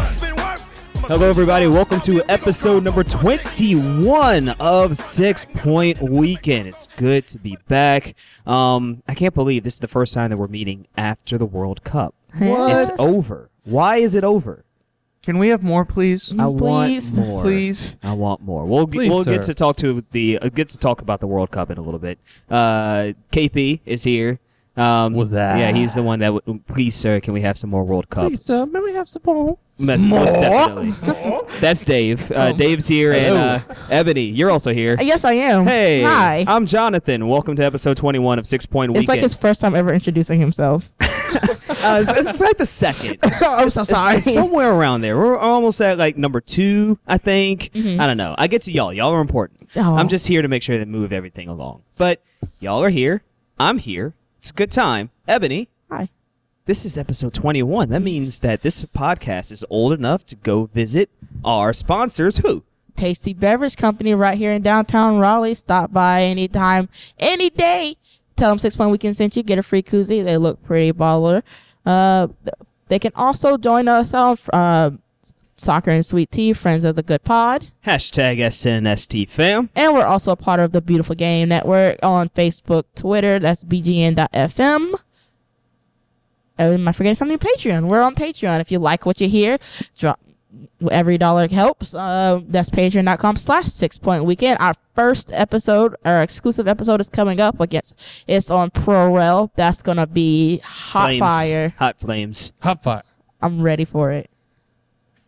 Hello, everybody. Welcome to episode number 21 of Six Point Weekend. It's good to be back. Um, I can't believe this is the first time that we're meeting after the World Cup. It's over. Why is it over? Can we have more, please? I want Please. more. Please. I want more. We'll g- Please, we'll get sir. to talk to the uh, get to talk about the World Cup in a little bit. Uh, KP is here. Um, Was that- Yeah, he's the one that. W- please, sir, can we have some more World Cup? Please, sir, may we have some more? Mes- Most definitely. That's Dave. Uh, Dave's here, and uh, Ebony, you're also here. Yes, I am. Hey, Hi. I'm Jonathan. Welcome to episode 21 of Six Point Weekend. it's like his first time ever introducing himself. Uh, it's, it's like the second. I'm so It's- it's sorry. somewhere around there. We're almost at like number two, I think. Mm-hmm. I don't know. I get to y'all. Y'all are important. Aw. I'm just here to make sure that move everything along. But y'all are here. I'm here. It's a good time. Ebony, Hi. this is episode 21. That means that this podcast is old enough to go visit our sponsors. Who? Tasty Beverage Company right here in downtown Raleigh. Stop by anytime, any day. Tell them Six Point Weekend sent you. Get a free koozie. They look pretty baller. Uh, th- they can also join us on uh, Soccer and Sweet Tea, Friends of the Good Pod. Hashtag SNST fam. And we're also a part of the Beautiful Game Network on Facebook, Twitter. That's bgn.fm. Oh, am I forgetting something? Patreon. We're on Patreon. If you like what you hear, drop every dollar helps. Uh, that's patreon.com slash six point weekend. Our first episode, our exclusive episode is coming up against it's on ProRel. That's gonna be hot flames. fire. Hot flames. Hot fire. I'm ready for it.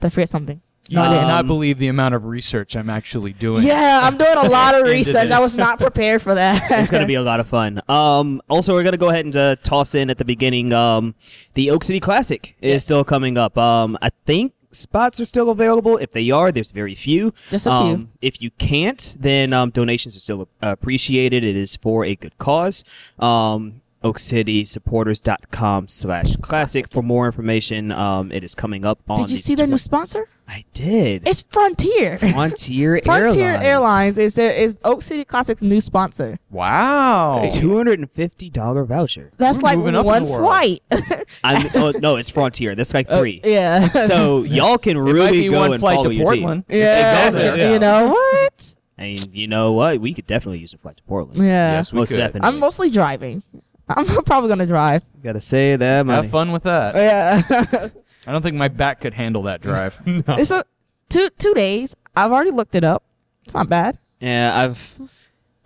Did I forget something? No, I Um, didn't. Cannot believe the amount of research I'm actually doing. Yeah, I'm doing a lot of Into research. I this. was not prepared for that. it's going to be a lot of fun. Um, also, we're going to go ahead and uh, toss in at the beginning um, the Oak City Classic is Yes. still coming up. Um, I think spots are still available. If they are, there's very few. Just a um, few. If you can't, then um, donations are still appreciated. It is for a good cause. Um, oakcitysupporters.com slash classic for more information um, it is coming up on Did you the see their new twen- sponsor? i did It's Frontier. frontier, Frontier Airlines is their is Oak City Classic's new sponsor. Wow. Two hundred and fifty dollar voucher. That's We're like moving up in one the world. flight. I mean, oh, no, it's Frontier. That's like Uh, three. yeah. So y'all can might really be go one and flight follow to your Portland. team. yeah, Exactly. Yeah. You know what? And you know what? We could definitely use a flight to Portland. Yeah. Yes, we Most could. definitely. I'm mostly driving. I'm probably gonna drive. gotta say that. Money. Have fun with that. Yeah. I don't think my back could handle that drive. it's a two two days. I've already looked it up. It's not bad. Yeah, I've,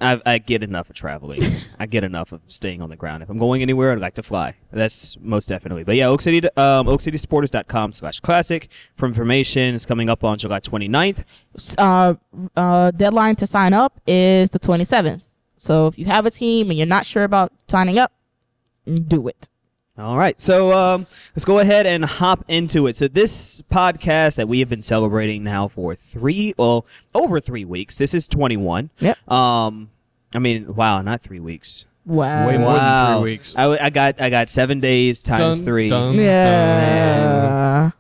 I've I get enough of traveling. I get enough of staying on the ground. If I'm going anywhere, I'd like to fly. That's most definitely. But yeah, Oak City, um, OakCitySupporters.com slash classic for information. It's coming up on July 29th. S- Uh, uh, deadline to sign up is the 27th. So if you have a team and you're not sure about signing up, do it. All right, so um, let's go ahead and hop into it. So this podcast that we have been celebrating now for three, well, over three weeks. This is twenty-one. Yep. Um, I mean, wow, not three weeks. Wow. Way more than three Wow. weeks. I, w- I got I got seven days times Dun, three. dun, dun. Yeah.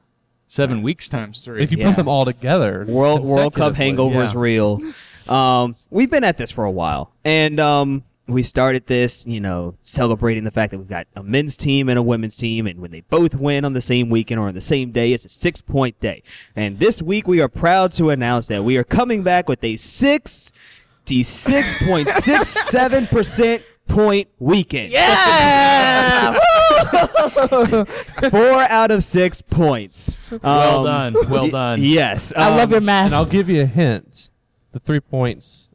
Seven weeks times three. If you Yeah. put them all together, World World Cup hangover is yeah. real. Um, we've been at this for a while, and um, we started this, you know, celebrating the fact that we've got a men's team and a women's team, and when they both win on the same weekend or on the same day, it's a six point day. And this week, we are proud to announce that we are coming back with a six. 66.67% point weekend. Yeah. Four out of six points. well Um, done. Well y- done. Yes. I love um, your math. and I'll give you a hint: the three points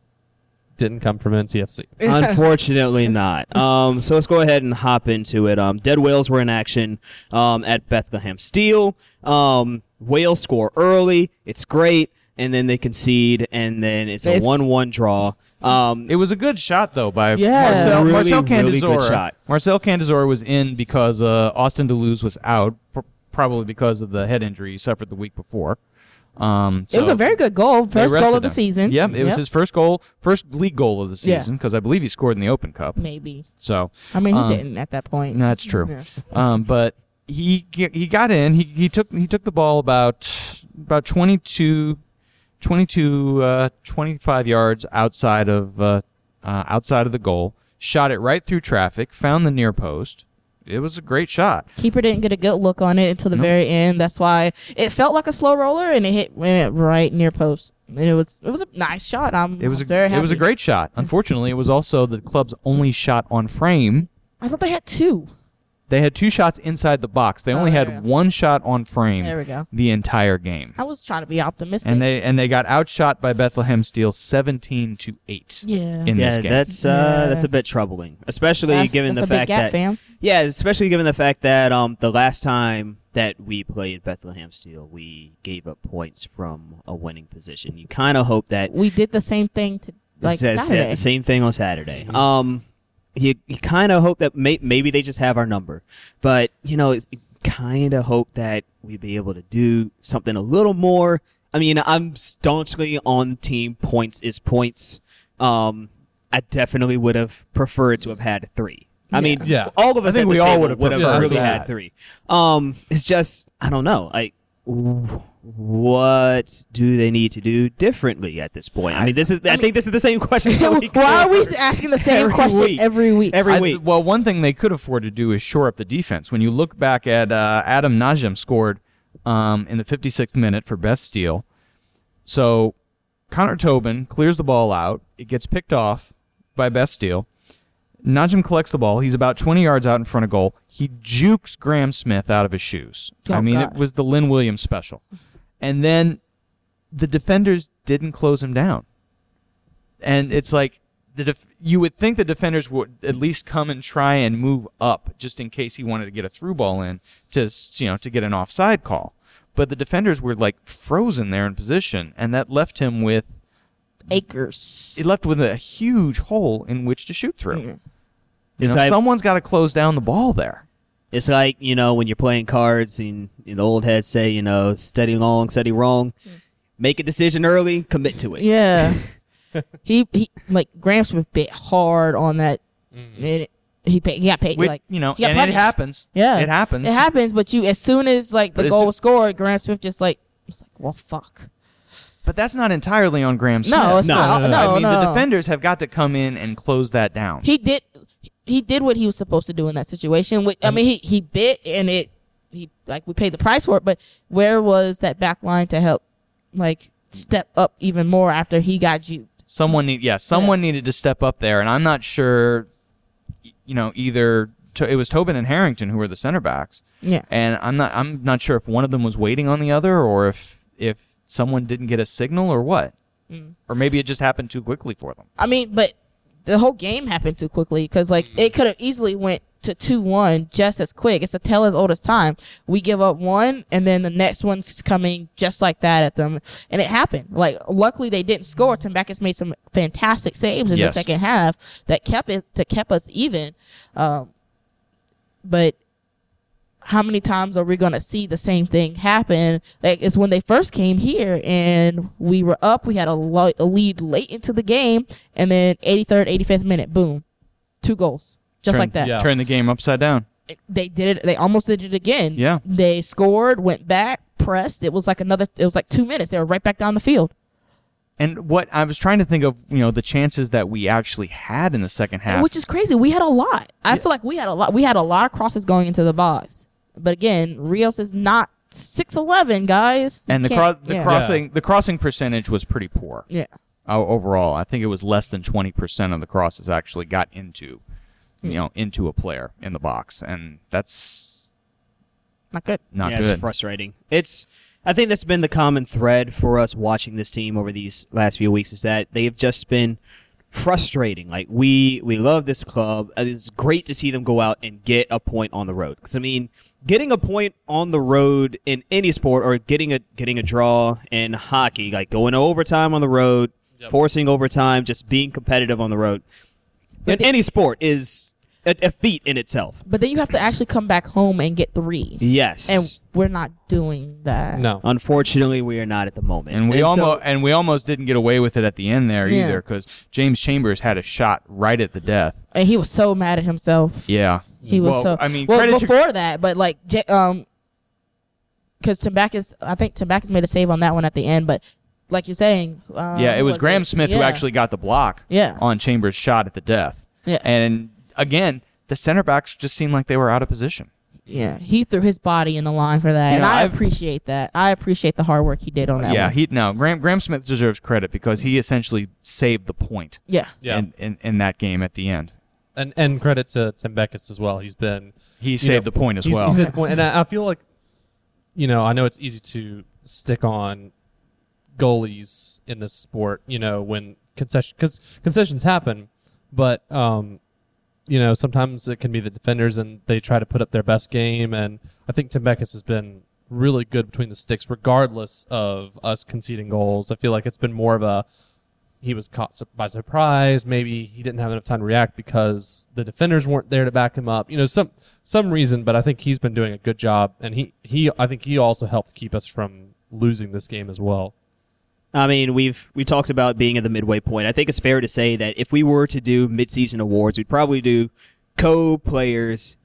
didn't come from NCFC. Unfortunately not. Um, so let's go ahead and hop into it. Um, dead whales were in action um, at Bethlehem Steel. Um, whales score early. It's great, and then they concede, and then it's a It's- one-one draw. Um, It was a good shot though by Yeah. Marcel, Really, Marcel Candazor. really good shot. Marcel Candazor was in because uh, Austin Deleuze was out, pr- probably because of the head injury he suffered the week before. Um, it was so a very good goal. they First goal rested of the him. season. Yep, it was his first goal, first league goal of the Yeah. season because I believe he scored in the Open Cup. Maybe. So I mean, he Um, didn't at that point. That's true. Yeah. Um, but he he got in. He, he took he took the ball about about 22, 22 uh, 25 yards outside of uh, uh, outside of the goal. Shot it right through traffic. Found the near post. it was a great shot. Keeper didn't get a good look on it until the Nope. very end. That's why it felt like a slow roller, and it hit went right near post. And it was it was a nice shot. I'm It was a very happy. it was a great shot. Unfortunately, it was also the club's only shot on frame. I thought they had two. They had two shots inside the box. They Oh, only there we had go. one shot on frame There we go. the entire game. I was trying to be optimistic. And they and they got outshot by Bethlehem Steel 17 to 8 yeah. in yeah, this game. that's uh, Yeah. that's a bit troubling, especially That's- given that's the a fact big gap, that fam. yeah, especially given the fact that um the last time that we played Bethlehem Steel, we gave up points from a winning position. You kind of hope that we did the same thing to like Sa- sa- Saturday. same thing on Saturday. Um, you, you kind of hope that may- maybe they just have our number, but you know, it's, you kind of hope that we'd be able to do something a little more. I mean, I'm staunchly on team points is points. Um, I definitely would have preferred to have had three. I mean, Yeah. Yeah. all of I us think at we this all table would have would have preferred really that. had three. Um, it's just I don't know. I what do they need to do differently at this point? I mean, this is I, think this is the same question. that we go Why are we over asking the same every question week. every week? every I- week? well, one thing they could afford to do is shore up the defense. When you look back at uh, Adam Najam scored um, in the 56th minute for Beth Steele. So Connor Tobin clears the ball out. It gets picked off by Beth Steele. Najam collects the ball. He's about 20 yards out in front of goal. He jukes Graham Smith out of his shoes. I Oh, mean, God. it was the Lynn Williams special. And then the defenders didn't close him down. And it's like the def- you would think the defenders would at least come and try and move up just in case he wanted to get a through ball in to s- you know to get an offside call. But the defenders were like frozen there in position, and that left him with Acres. it left with a huge hole in which to shoot through. You It's know, like- someone's got to close down the ball there. It's like you know when you're playing cards and, and the old heads say you know study long, study wrong. Make a decision early, commit to it. Yeah. he he like Graham Smith bit hard on that. And it- he paid, he got paid Which, like you know, he got and it punished. happens. Yeah, it happens. It happens, but you as soon as like But the as goal soo- was scored, Graham Smith just like was like, well, fuck. But that's not entirely on Graham Smith. No, it's No, not. No, no, no, no, I mean, the defenders have got to come in and close that down. he did he did what he was supposed to do in that situation. Which, I mean, he he bit and it he like we paid the price for it. But where was that back line to help like step up even more after he got juked? Someone need, yeah, someone needed to step up there, and I'm not sure, y- you know, either to, it was Tobin and Harrington who were the center backs, Yeah, and I'm not, I'm not sure if one of them was waiting on the other, or if if someone didn't get a signal or what, Mm. or maybe it just happened too quickly for them. I mean, but the whole game happened too quickly because like it could have easily went to two one just as quick. It's a tell as old as time. We give up one, and then the next one's coming just like that at them, and it happened. Like luckily they didn't score. Tim Backus made some fantastic saves in Yes. the second half that kept it to kept us even. Um, but how many times are we going to see the same thing happen? Like it's when they first came here and we were up, we had a, lo- a lead late into the game, and then 83rd, 85th minute, boom, two goals, just Turn- like that. yeah. Turn the game upside down. They did it. They almost did it again. Yeah. they scored, went back, pressed. It was like another. It was like two minutes. They were right back down the field. And what I was trying to think of, you know, the chances that we actually had in the second half. Which is crazy. We had a lot. I feel like we had a lot. We had a lot of crosses going into the box. But again, Rios is not six eleven, guys. You and the, cro- can't- the yeah. crossing, the crossing percentage was pretty poor. Yeah. o- overall. I think it was less than 20% of the crosses actually got into, you know, into a player in the box, and that's not good. not yeah, good. it's frustrating. It's I think that's been the common thread for us watching this team over these last few weeks is that they've just been frustrating. Like we we love this club. and It's great to see them go out and get a point on the road. Because I mean, getting a point on the road in any sport or getting a getting a draw in hockey, like going to overtime on the road, forcing overtime, just being competitive on the road in But the- any sport is a, a feat in itself. But then you have to actually come back home and get three, Yes. and we're not doing that. No. Uh, Unfortunately, we are not at the moment. and we so- almost and we almost didn't get away with it at the end there Yeah. either because James Chambers had a shot right at the death. And he was so mad at himself. Yeah, He was Well, so. I mean, well, credit to- before that, but like, J- um, because Timbakis, I think Timbakis made a save on that one at the end. But like you're saying, um, yeah, it who was Graham Smith who Yeah. actually got the block Yeah. on Chambers' shot at the death. Yeah. and again, the center backs just seemed like they were out of position. Yeah, he threw his body in the line for that, You and know, I I've- appreciate that. I appreciate the hard work he did on that. yeah, one. he no Graham Graham Smith deserves credit because he essentially saved the point yeah, Yeah. in, in, in that game at the end. and and credit to Tim Beckus as well. He's been He saved know, the point as he's, well. he's at the point- and I, I feel like you know I know it's easy to stick on goalies in this sport. You know when concession because concessions happen, but um, you know sometimes it can be the defenders and they try to put up their best game. And I think Tim Beckus has been really good between the sticks, regardless of us conceding goals. I feel like it's been more of a he was caught su- by surprise. Maybe he didn't have enough time to react because the defenders weren't there to back him up. You know, some some reason, but I think he's been doing a good job, and he he I think he also helped keep us from losing this game as well. I mean, we've we talked about being at the midway point. I think it's fair to say that if we were to do midseason awards, we'd probably do co players,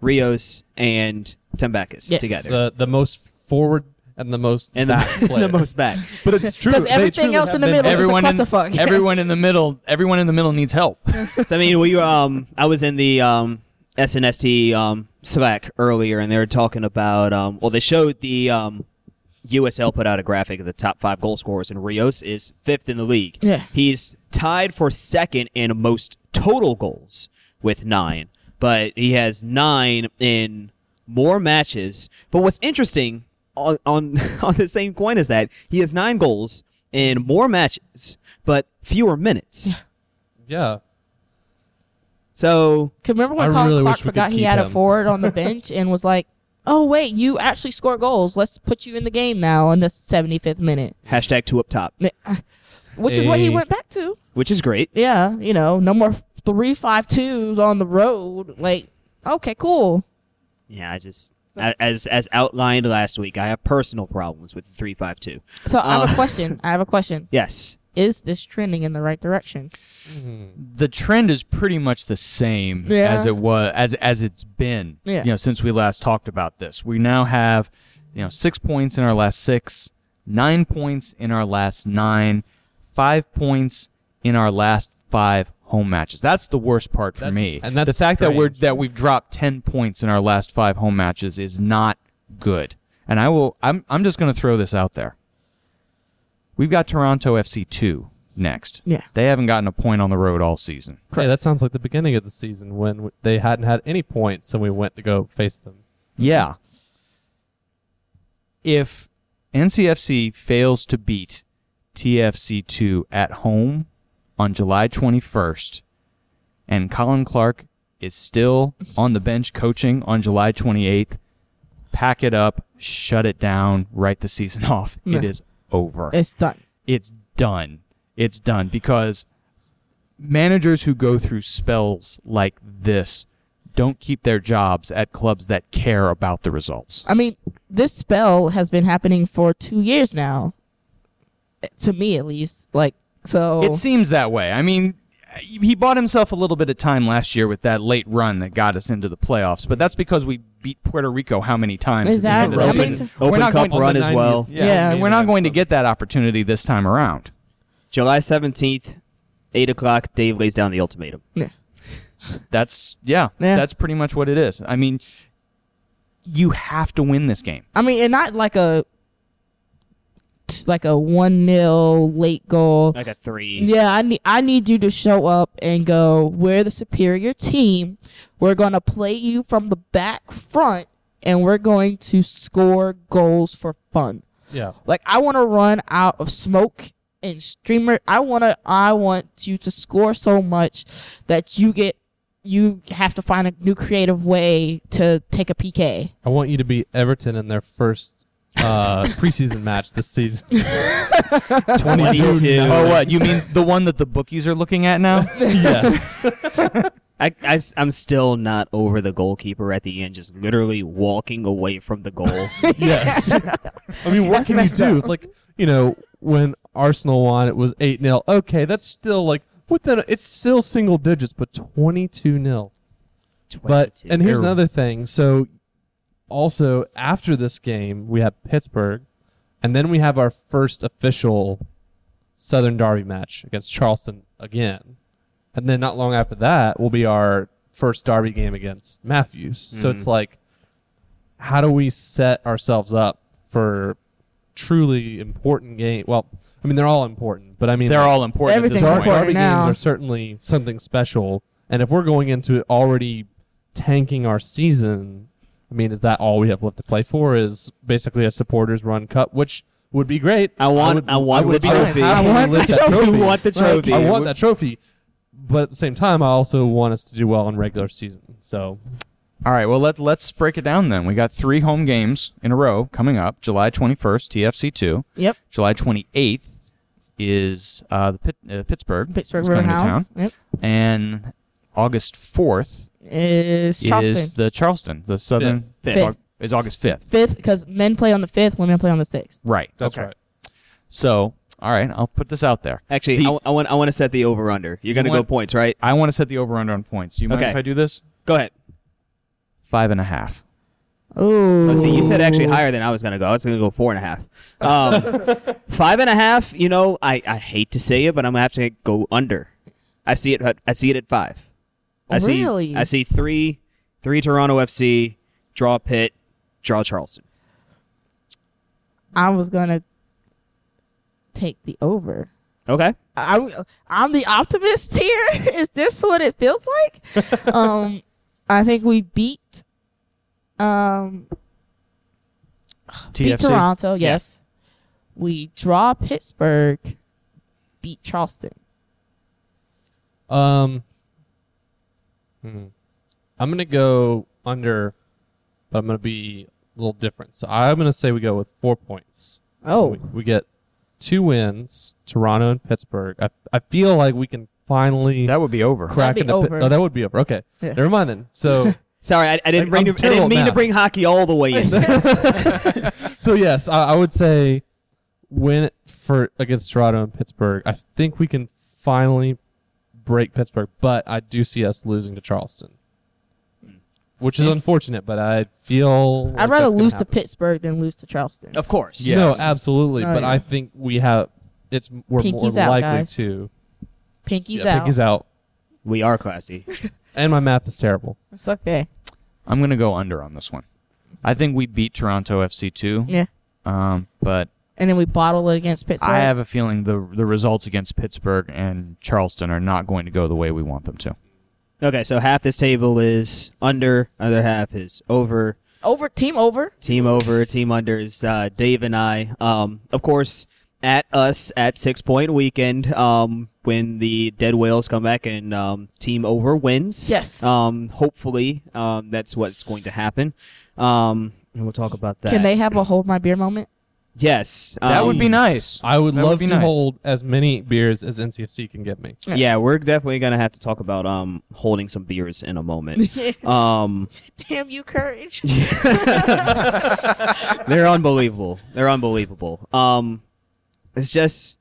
Rios and Tembakis Yes. together, The the most forward and the most and Uh, back the, player. the most back. But it's true. because they everything truly else have in the been- middle is just a everyone in, clusterfuck. everyone in the middle everyone in the middle needs help. so I mean, we um, I was in the um SNSD um Slack earlier, and they were talking about um, well, they showed the um. USL put out a graphic of the top five goal scorers, and Rios is fifth in the league. Yeah. He's tied for second in most total goals with nine, but he has nine in more matches. But what's interesting on on, on the same coin is that he has nine goals in more matches, but fewer minutes. Yeah, So 'Cause remember when I Colin really Clark wish we forgot could he keep had a him. forward on the bench and was like, "Oh wait, you actually score goals. Let's put you in the game now in the 75th minute," Hashtag two up top, which is what he Hey. went back to. which is great. Yeah, you know, no more three five twos on the road. Like, okay, cool. Yeah, I just a- as as outlined last week, I have personal problems with the three five two. So I have Uh, a question. I have a question. Yes, Is this trending in the right direction? the trend is pretty much the same Yeah. as it was as as it's been. Yeah. You know, since we last talked about this. We now have, you know, six points in our last six, nine points in our last nine, five points in our last five home matches. That's the worst part for That's- me. and that's the fact that we're strange. that we've dropped ten points in our last five home matches is not good. And I will I'm I'm just gonna throw this out there. We've got Toronto FC two next. Yeah. They haven't gotten a point on the road all season. Hey, that sounds like the beginning of the season when w- they hadn't had any points and we went to go face them. Yeah. If NCFC fails to beat TFC2 at home on July 21st and Colin Clark is still on the bench coaching on July 28th, pack it up, shut it down, write the season off. Yeah. It is over It's done. it's done. It's done because managers who go through spells like this don't keep their jobs at clubs that care about the results. I mean, this spell has been happening for two years now. To me, at least, like so. It seems that way. I mean, he bought himself a little bit of time last year with that late run that got us into the playoffs, but that's because we beat Puerto Rico how many times? at the end Exactly. of the I mean, season? We're Open not Cup going- run the as well. 90th. Yeah, Yeah. we're not going to get that opportunity this time around. July seventeenth, eight o'clock. Dave lays down the ultimatum. yeah. That's yeah, Yeah. that's pretty much what it is. I mean, you have to win this game. I mean, and not like a t- like a one 0 late goal. Like a three. Yeah, I need I need you to show up and go. We're the superior team. We're gonna play you from the back front, and we're going to score goals for fun. Yeah, Like I want to run out of smoke and streamer. I want to. I want you to score so much that you get. You have to find a new creative way to take a PK. I want you to beat Everton in their first uh, preseason match this season. 22. Oh, what? You mean the one that the bookies are looking at now? yes. I, I, am still not over the goalkeeper at the end, just literally walking away from the goal. Yes. I mean, what can you messed do? Like, you know, when Arsenal won, it was 8 0. Okay, that's still like, what the? It's still single digits, but 22 0. But, 22. and here's Err. another thing. So, also, after this game, we have Pittsburgh, and then we have our first official Southern Derby match against Charleston again. And then not long after that will be our first Derby game against Matthews. So Mm-hmm. it's like, how do we set ourselves up for truly important game? Well, I mean, they're all important, but I mean, They're like, all important. Everything's at this Dar- point. important. Derby now. games are certainly something special, and if we're going into it already tanking our season, I mean, is that all we have left to play for? Is basically a supporters run cup, which would be great. I want- would- I want would the be- trophy. I I want lift the that You trophy. want the trophy? I want that trophy. But at the same time, I also want us to do well in regular season. So All right, well let let's break it down then. We got three home games in a row coming up. July 21st, TFC two. Yep. July 28th is uh, the Pit, uh, Pittsburgh. Pittsburgh is coming to Roadhouse. Yep. town. And August 4th Is Charleston. is the Charleston. The Southern Fifth. Fifth. Fifth. is August 5th. Fifth, because men play on the fifth, women play on the sixth. Right. that's Okay. right. So, all right, I'll put this out there. Actually, I, The- w- I want I want to set the over under. You're gonna go want- points, right? I want to set the over under on points. You mind Okay. if I do this? Go ahead. Five and a half. Ooh. Let's Oh, see, you said actually higher than I was gonna go. I was gonna go four and a half. Um, five and a half. You know, I, I hate to say it, but I'm gonna have to go under. I see it. at- I see it at five. I see. Really? I see three, three Toronto FC, draw Pitt, draw Charleston. I was gonna take the over. Okay. I'm I'm the optimist here. Is this what it feels like? um, I think we beat um beat TFC. Toronto. Yes, we draw Pittsburgh, beat Charleston. Um, hmm. I'm gonna go under, but I'm gonna be a little different. So I'm gonna say we go with four points. Oh, We, we get two wins, Toronto and Pittsburgh. I, I feel like we can finally That would be over. That'd crack be into. Pit- over. oh, that would be over. Okay, Yeah. never mind then. So, Sorry, I, I didn't Like, bring. I'm to- I terrible didn't at mean to math. bring hockey all the way in. so yes, I, I would say win for against Toronto and Pittsburgh. I think we can finally break Pittsburgh, but I do see us losing to Charleston. Which is unfortunate, but I feel like I'd rather that's gonna lose to happen. Pittsburgh than lose to Charleston. of course. Yeah. Yes. No, absolutely. Oh, but yeah. I think we have it's we're more Pinky's out, likely guys. to. Pinky's yeah, out. Pinky's out. We are classy. And my math is terrible. It's okay. I'm going to go under on this one. I think we beat Toronto FC two, Yeah, um, but and then we bottle it against Pittsburgh. I have a feeling the the results against Pittsburgh and Charleston are not going to go the way we want them to. Okay, so half this table is under, other half is over. over team over. Team over, team under is uh, Dave and I. Um, of course, at us at Six Point Weekend um, when the Dead Whales come back and um, team over wins. Yes. Um, hopefully, um, that's what's going to happen. Um, and we'll talk about that. Can they have a hold my beer moment? Yes. That um, would be nice. I would That would love be to nice. hold as many beers as NCFC can get me. Yeah, we're definitely gonna have to talk about um holding some beers in a moment. um, Damn you, courage. They're unbelievable. They're unbelievable. Um, it's just,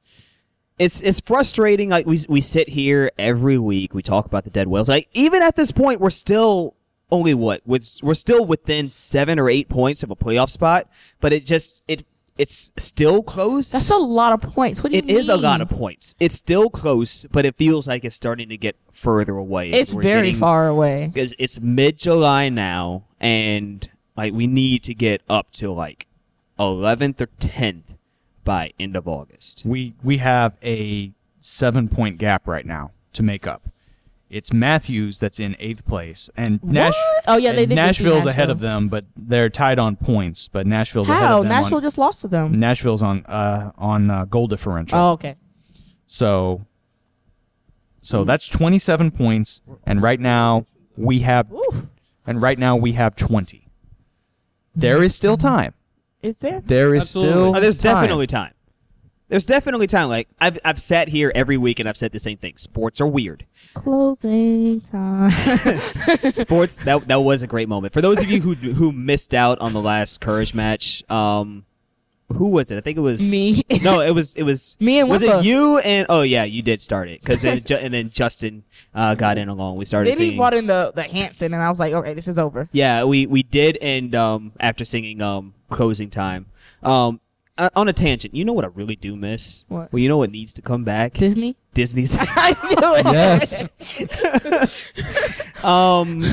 it's it's frustrating. Like we we sit here every week, we talk about the dead whales. Like even at this point, we're still only what with we're still within seven or eight points of a playoff spot. But it just it it's still close. That's a lot of points. What do you it mean? is a lot of points. It's still close, but it feels like it's starting to get further away. It's We're very getting- far away. because it's mid July now, and like we need to get up to like 11th or 10th by end of August. We we have a seven point gap right now to make up. It's Matthews that's in eighth place, and Nash. What? Oh yeah, and they did just beat Nashville's ahead Nashville. of them, but they're tied on points. But Nashville's ahead How of them. on- Nashville just lost to them? Nashville's on uh, on uh, goal differential. Oh okay. So so that's 27 points and right now we have Ooh, and right now we have 20. There is still time. is there? There is Absolutely. still Oh, there's time. definitely time. There's definitely time. Like I've I've sat here every week and I've said the same thing. Sports are weird. Closing time. Sports that that was a great moment for those of you who who missed out on the last Courage match. Um, who was it? I think it was Me. No, it was it was Me and was Wimpa. it you and oh yeah, you did start it because and then Justin uh, got in along. We started. then he singing. brought in the the Hanson, and I was like, okay, this is over. Yeah, we we did end um after singing um closing time. Um uh, on a tangent, you know what I really do miss? What? Well, you know what needs to come back? Disney. Disney's. I knew it. Yes. um,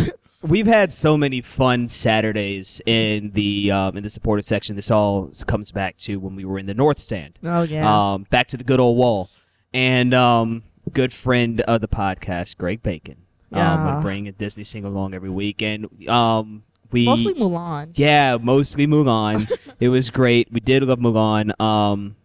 we've had so many fun Saturdays in the um, in the supportive section. This all comes back to when we were in the North Stand. Oh yeah. Um, back to the good old wall, and um, good friend of the podcast, Greg Bacon. Um, Yeah. would bring a Disney sing along every week, and um, we Mostly Mulan. yeah, mostly Mulan. it was great. We did love Mulan. Um,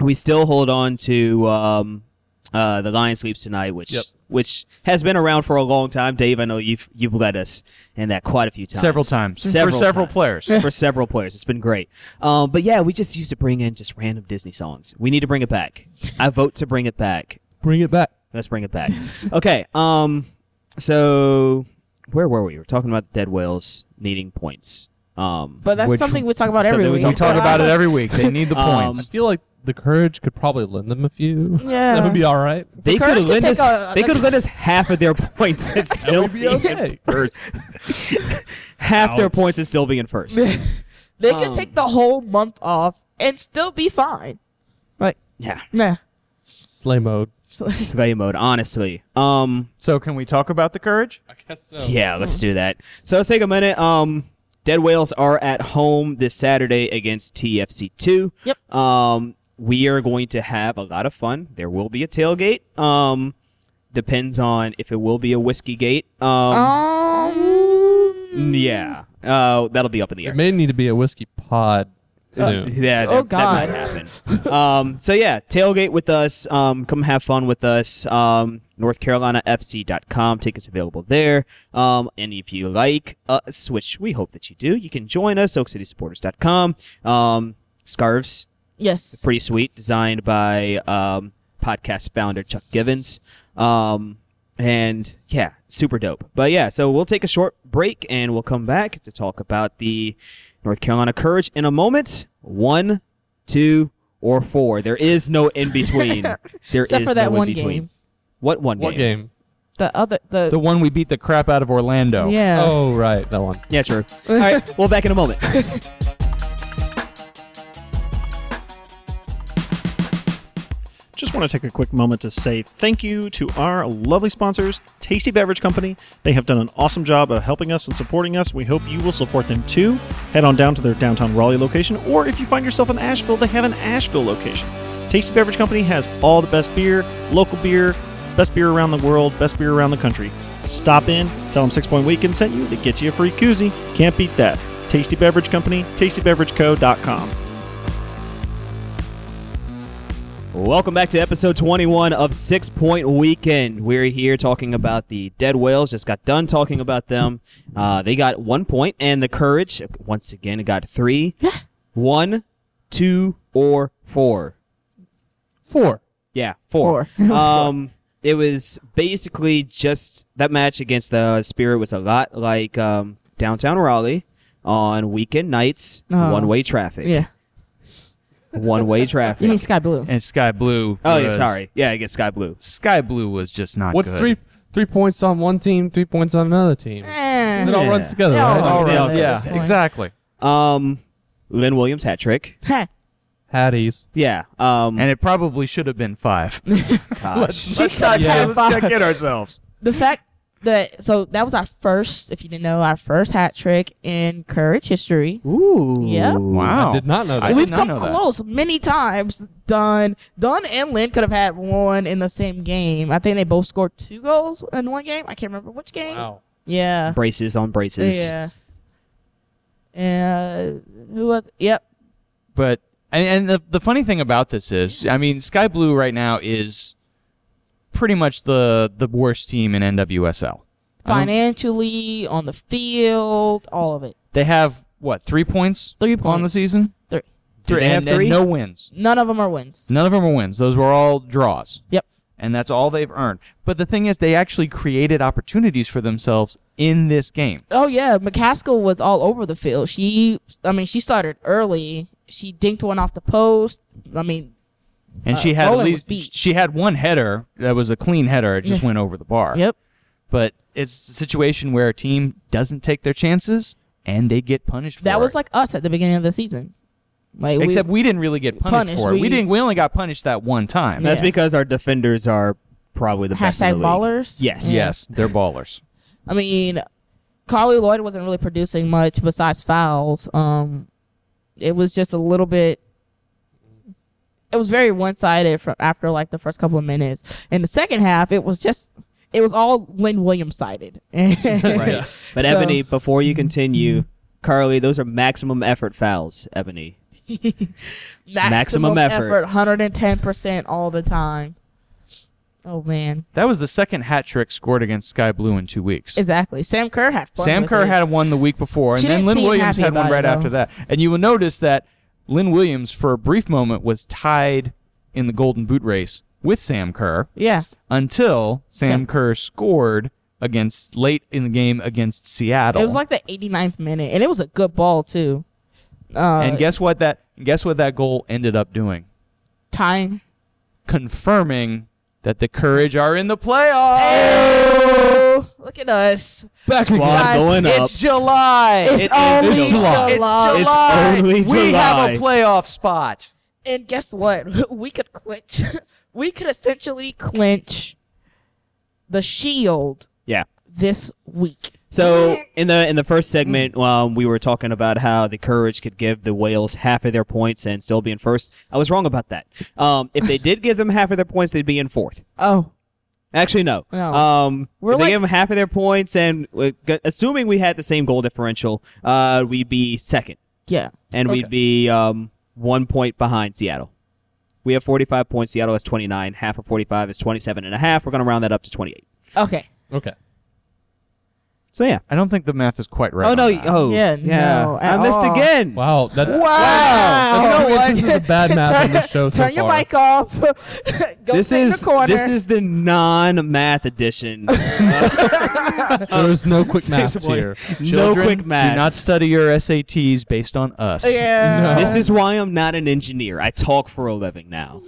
we still hold on to um, uh, the Lion Sleeps Tonight, which Yep. which has been around for a long time. Dave, I know you've you've led us in that quite a few times, Several times. Several For several times. players. for several players. It's been great. Um, but yeah, we just used to bring in just random Disney songs. We need to bring it back. I vote to bring it back. Bring it back. Let's bring it back. okay. Um. So where were we? We were talking about dead whales needing points. Um. But that's Which- something we talk about something every we week. we talk so about I it every week. They need the Um, I points. feel like the courage could probably lend them a few. Yeah. that would be all right. They could have Courage could lent take us. a- they a- could have lent us half of their points and still be okay. in first. half their Ouch. points and still be in first. They could Um, take the whole month off and still be fine. Like, yeah, nah. Slay mode. slay mode. Honestly, um, So can we talk about the courage? I guess so. yeah, let's do that. So let's take a minute. Um, Dead Whales are at home this Saturday against TFC two. Yep. Um, we are going to have a lot of fun. There will be a tailgate. Um, depends on if it will be a whiskey gate. Oh. Um, Um. yeah. Uh, that'll be up in the air. It may need to be a whiskey pod soon. Yeah. Oh, that, That might happen. um, so yeah, tailgate with us. Um, come have fun with us. Um, NorthCarolinaFC.com. Tickets available there. Um, and if you like us, which we hope that you do, you can join us. OakCitySupporters.com. Um, scarves, Yes. pretty sweet, designed by um, podcast founder Chuck Givens. Um, and yeah, super dope. But yeah, so we'll take a short break and we'll come back to talk about the North Carolina Courage in a moment. One, two, or four. There is no in between. There is Except for that no one in between. game. What one What game? game? The other. The. The one we beat the crap out of Orlando. yeah. Oh, right, that one. Yeah, true. All right, we'll back in a moment. Just want to take a quick moment to say thank you to our lovely sponsors, Tasty Beverage Company. They have done an awesome job of helping us and supporting us. We hope you will support them too. Head on down to their downtown Raleigh location, or if you find yourself in Asheville, they have an Asheville location. Tasty Beverage Company has all the best beer, local beer, best beer around the world, best beer around the country. Stop in, tell them Six Point Weekend sent you to get you a free koozie. Can't beat that. Tasty Beverage Company, tastybeverageco.com. Welcome back to episode 21 of Six Point Weekend. We're here talking about the Dead Whales. Just got done talking about them. Uh, they got one point, and the Courage, once again, got three. one, two, or four. Four. Yeah, four. Four. um, it was basically just that match against the Spirit was a lot like um, downtown Raleigh on weekend nights, Oh. one way traffic. Yeah. One way traffic. You mean Sky Blue? And Sky Blue. oh, yeah, was- sorry. Yeah, I guess Sky Blue. Sky Blue was just not What's good. three? Three points on one team, three points on another team. Eh. It all runs together, Yeah. right? All Yeah, right. that's Yeah, fine. exactly. Um, Lynn Williams hat trick. Heh. Hatties. Yeah. Um, And it probably should have been five. gosh. let's, let's not Yeah. let's not kid ourselves. the fact that so that was our first, if you didn't know, our first hat trick in Courage history. Ooh. Yeah. Wow. I did not know I that. did We've not come know that. close many times. Dunn, Dunn and Lynn could have had one in the same game. I think they both scored two goals in one game. I can't remember which game. Wow. Yeah. Braces on braces. Yeah. And who was? Yep. But and, and the the funny thing about this is, I mean, Sky Blue right now is pretty much the the worst team in NWSL. I don't- Financially, on the field, all of it. They have what three points Three on the points. season? Three. Do they and, have and three? no wins. None of them are wins. None of them are wins. Those were all draws. Yep. And that's all they've earned. But the thing is, they actually created opportunities for themselves in this game. Oh yeah, McCaskill was all over the field. She, I mean, she started early. She dinked one off the post. I mean, And Uh, she had at Roland was least beat. she had one header that was a clean header. It just Yeah. went over the bar. yep. But it's a situation where a team doesn't take their chances and they get punished for That was it. like us at the beginning of the season. Like Except we didn't really get punished, Punished, for it. We, we- didn't. We only got punished that one time. Yeah. That's because our defenders are probably the we best. in hashtag the league. ballers. Yes. Yeah. Yes, they're ballers. I mean, Carly Lloyd wasn't really producing much besides fouls. Um, it was just a little bit. It was very one sided from after like the first couple of minutes. In the second half, it was just it was all Lynn Williams sided. Right. But So- Ebony, before you continue, Carly, those are maximum effort fouls, Ebony. Maximum effort. hundred and ten percent all the time. Oh man, That was the second hat trick scored against Sky Blue in two weeks. exactly. Sam Kerr had fun Sam with Kerr it. had one the week before, and She then didn't Lynn seem Williams happy had one about it, right though. after that. And you will notice that Lynn Williams, for a brief moment, was tied in the Golden Boot race with Sam Kerr yeah. until Sam, Sam- Kerr scored against late in the game against Seattle. It was like the 89th minute, and it was a good ball too. Uh, and guess what that guess what that goal ended up doing? tying. Confirming that the Courage are in the playoffs. Look at us. Back Squad Guys, going up. It's July. It's It is only July. It's July. July. It's only We have July. a playoff spot. And guess what? We could clinch. we could essentially clinch the shield Yeah. this week. So in the in the first segment, um, we were talking about how the Courage could give the Whales half of their points and still be in first. I was wrong about that. Um, if they did give them half of their points, they'd be in fourth. Oh, Actually, no. No. Um, We're if they like- gave them half of their points, and uh, g- assuming we had the same goal differential, uh, we'd be second, yeah. and we'd Okay. be um, one point behind Seattle. We have 45 points. Seattle has 29. Half of 45 is 27 and a half. We're going to round that up to 28. Okay. Okay. So yeah. I don't think the math is quite right. oh on no. that. Oh Yeah, Yeah. no, I at missed all. again. Wow. That's Wow. That's- You know this what? is a bad math on turn the show so turn your far. mic off. Go this sit in is the corner. this is the non-math edition. There's no quick math Six-one. here. no Children, quick math. Do not study your SATs based on us. yeah. This is why I'm not an engineer. I talk for a living now.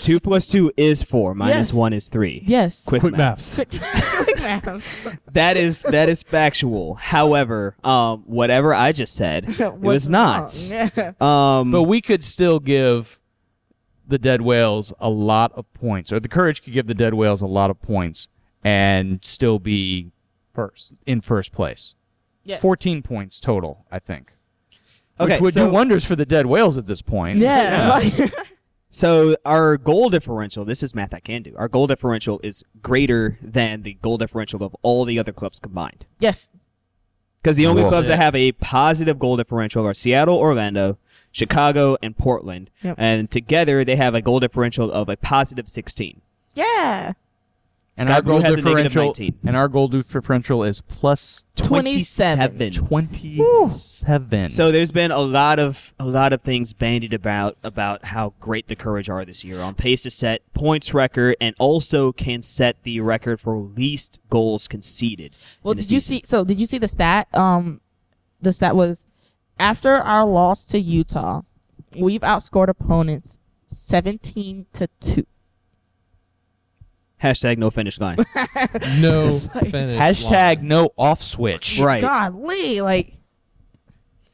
Two plus two is four. Minus Yes. one is three. yes. Quick, Quick math. maths. Quick math. That is that is factual. However, um, whatever I just said, it was not. wrong. Yeah. Um, But we could still give the Dead Whales a lot of points, or the Courage could give the Dead Whales a lot of points and still be First. in first place. Yes. 14 points total, I think. okay, Which would so, do wonders for the Dead Whales at this point. Yeah. so our goal differential. This is math I can do. Our goal differential is greater than the goal differential of all the other clubs combined. yes. Because the only Whoa. clubs that have a positive goal differential are Seattle, Orlando, Chicago, and Portland. Yep. And together they have a goal differential of a positive 16. Yeah. And Sky our Blue goal has a negative differential 19. and our goal differential is plus 27. 27. So there's been a lot of a lot of things bandied about about how great the Courage are this year on pace to set points record and also can set the record for least goals conceded. Well, in the did you season. see? So, did you see the stat? Um, the stat was after our loss to Utah, we've outscored opponents seventeen to two. hashtag no finish line? No like- finish. Hashtag line. no off switch. right. Golly, like,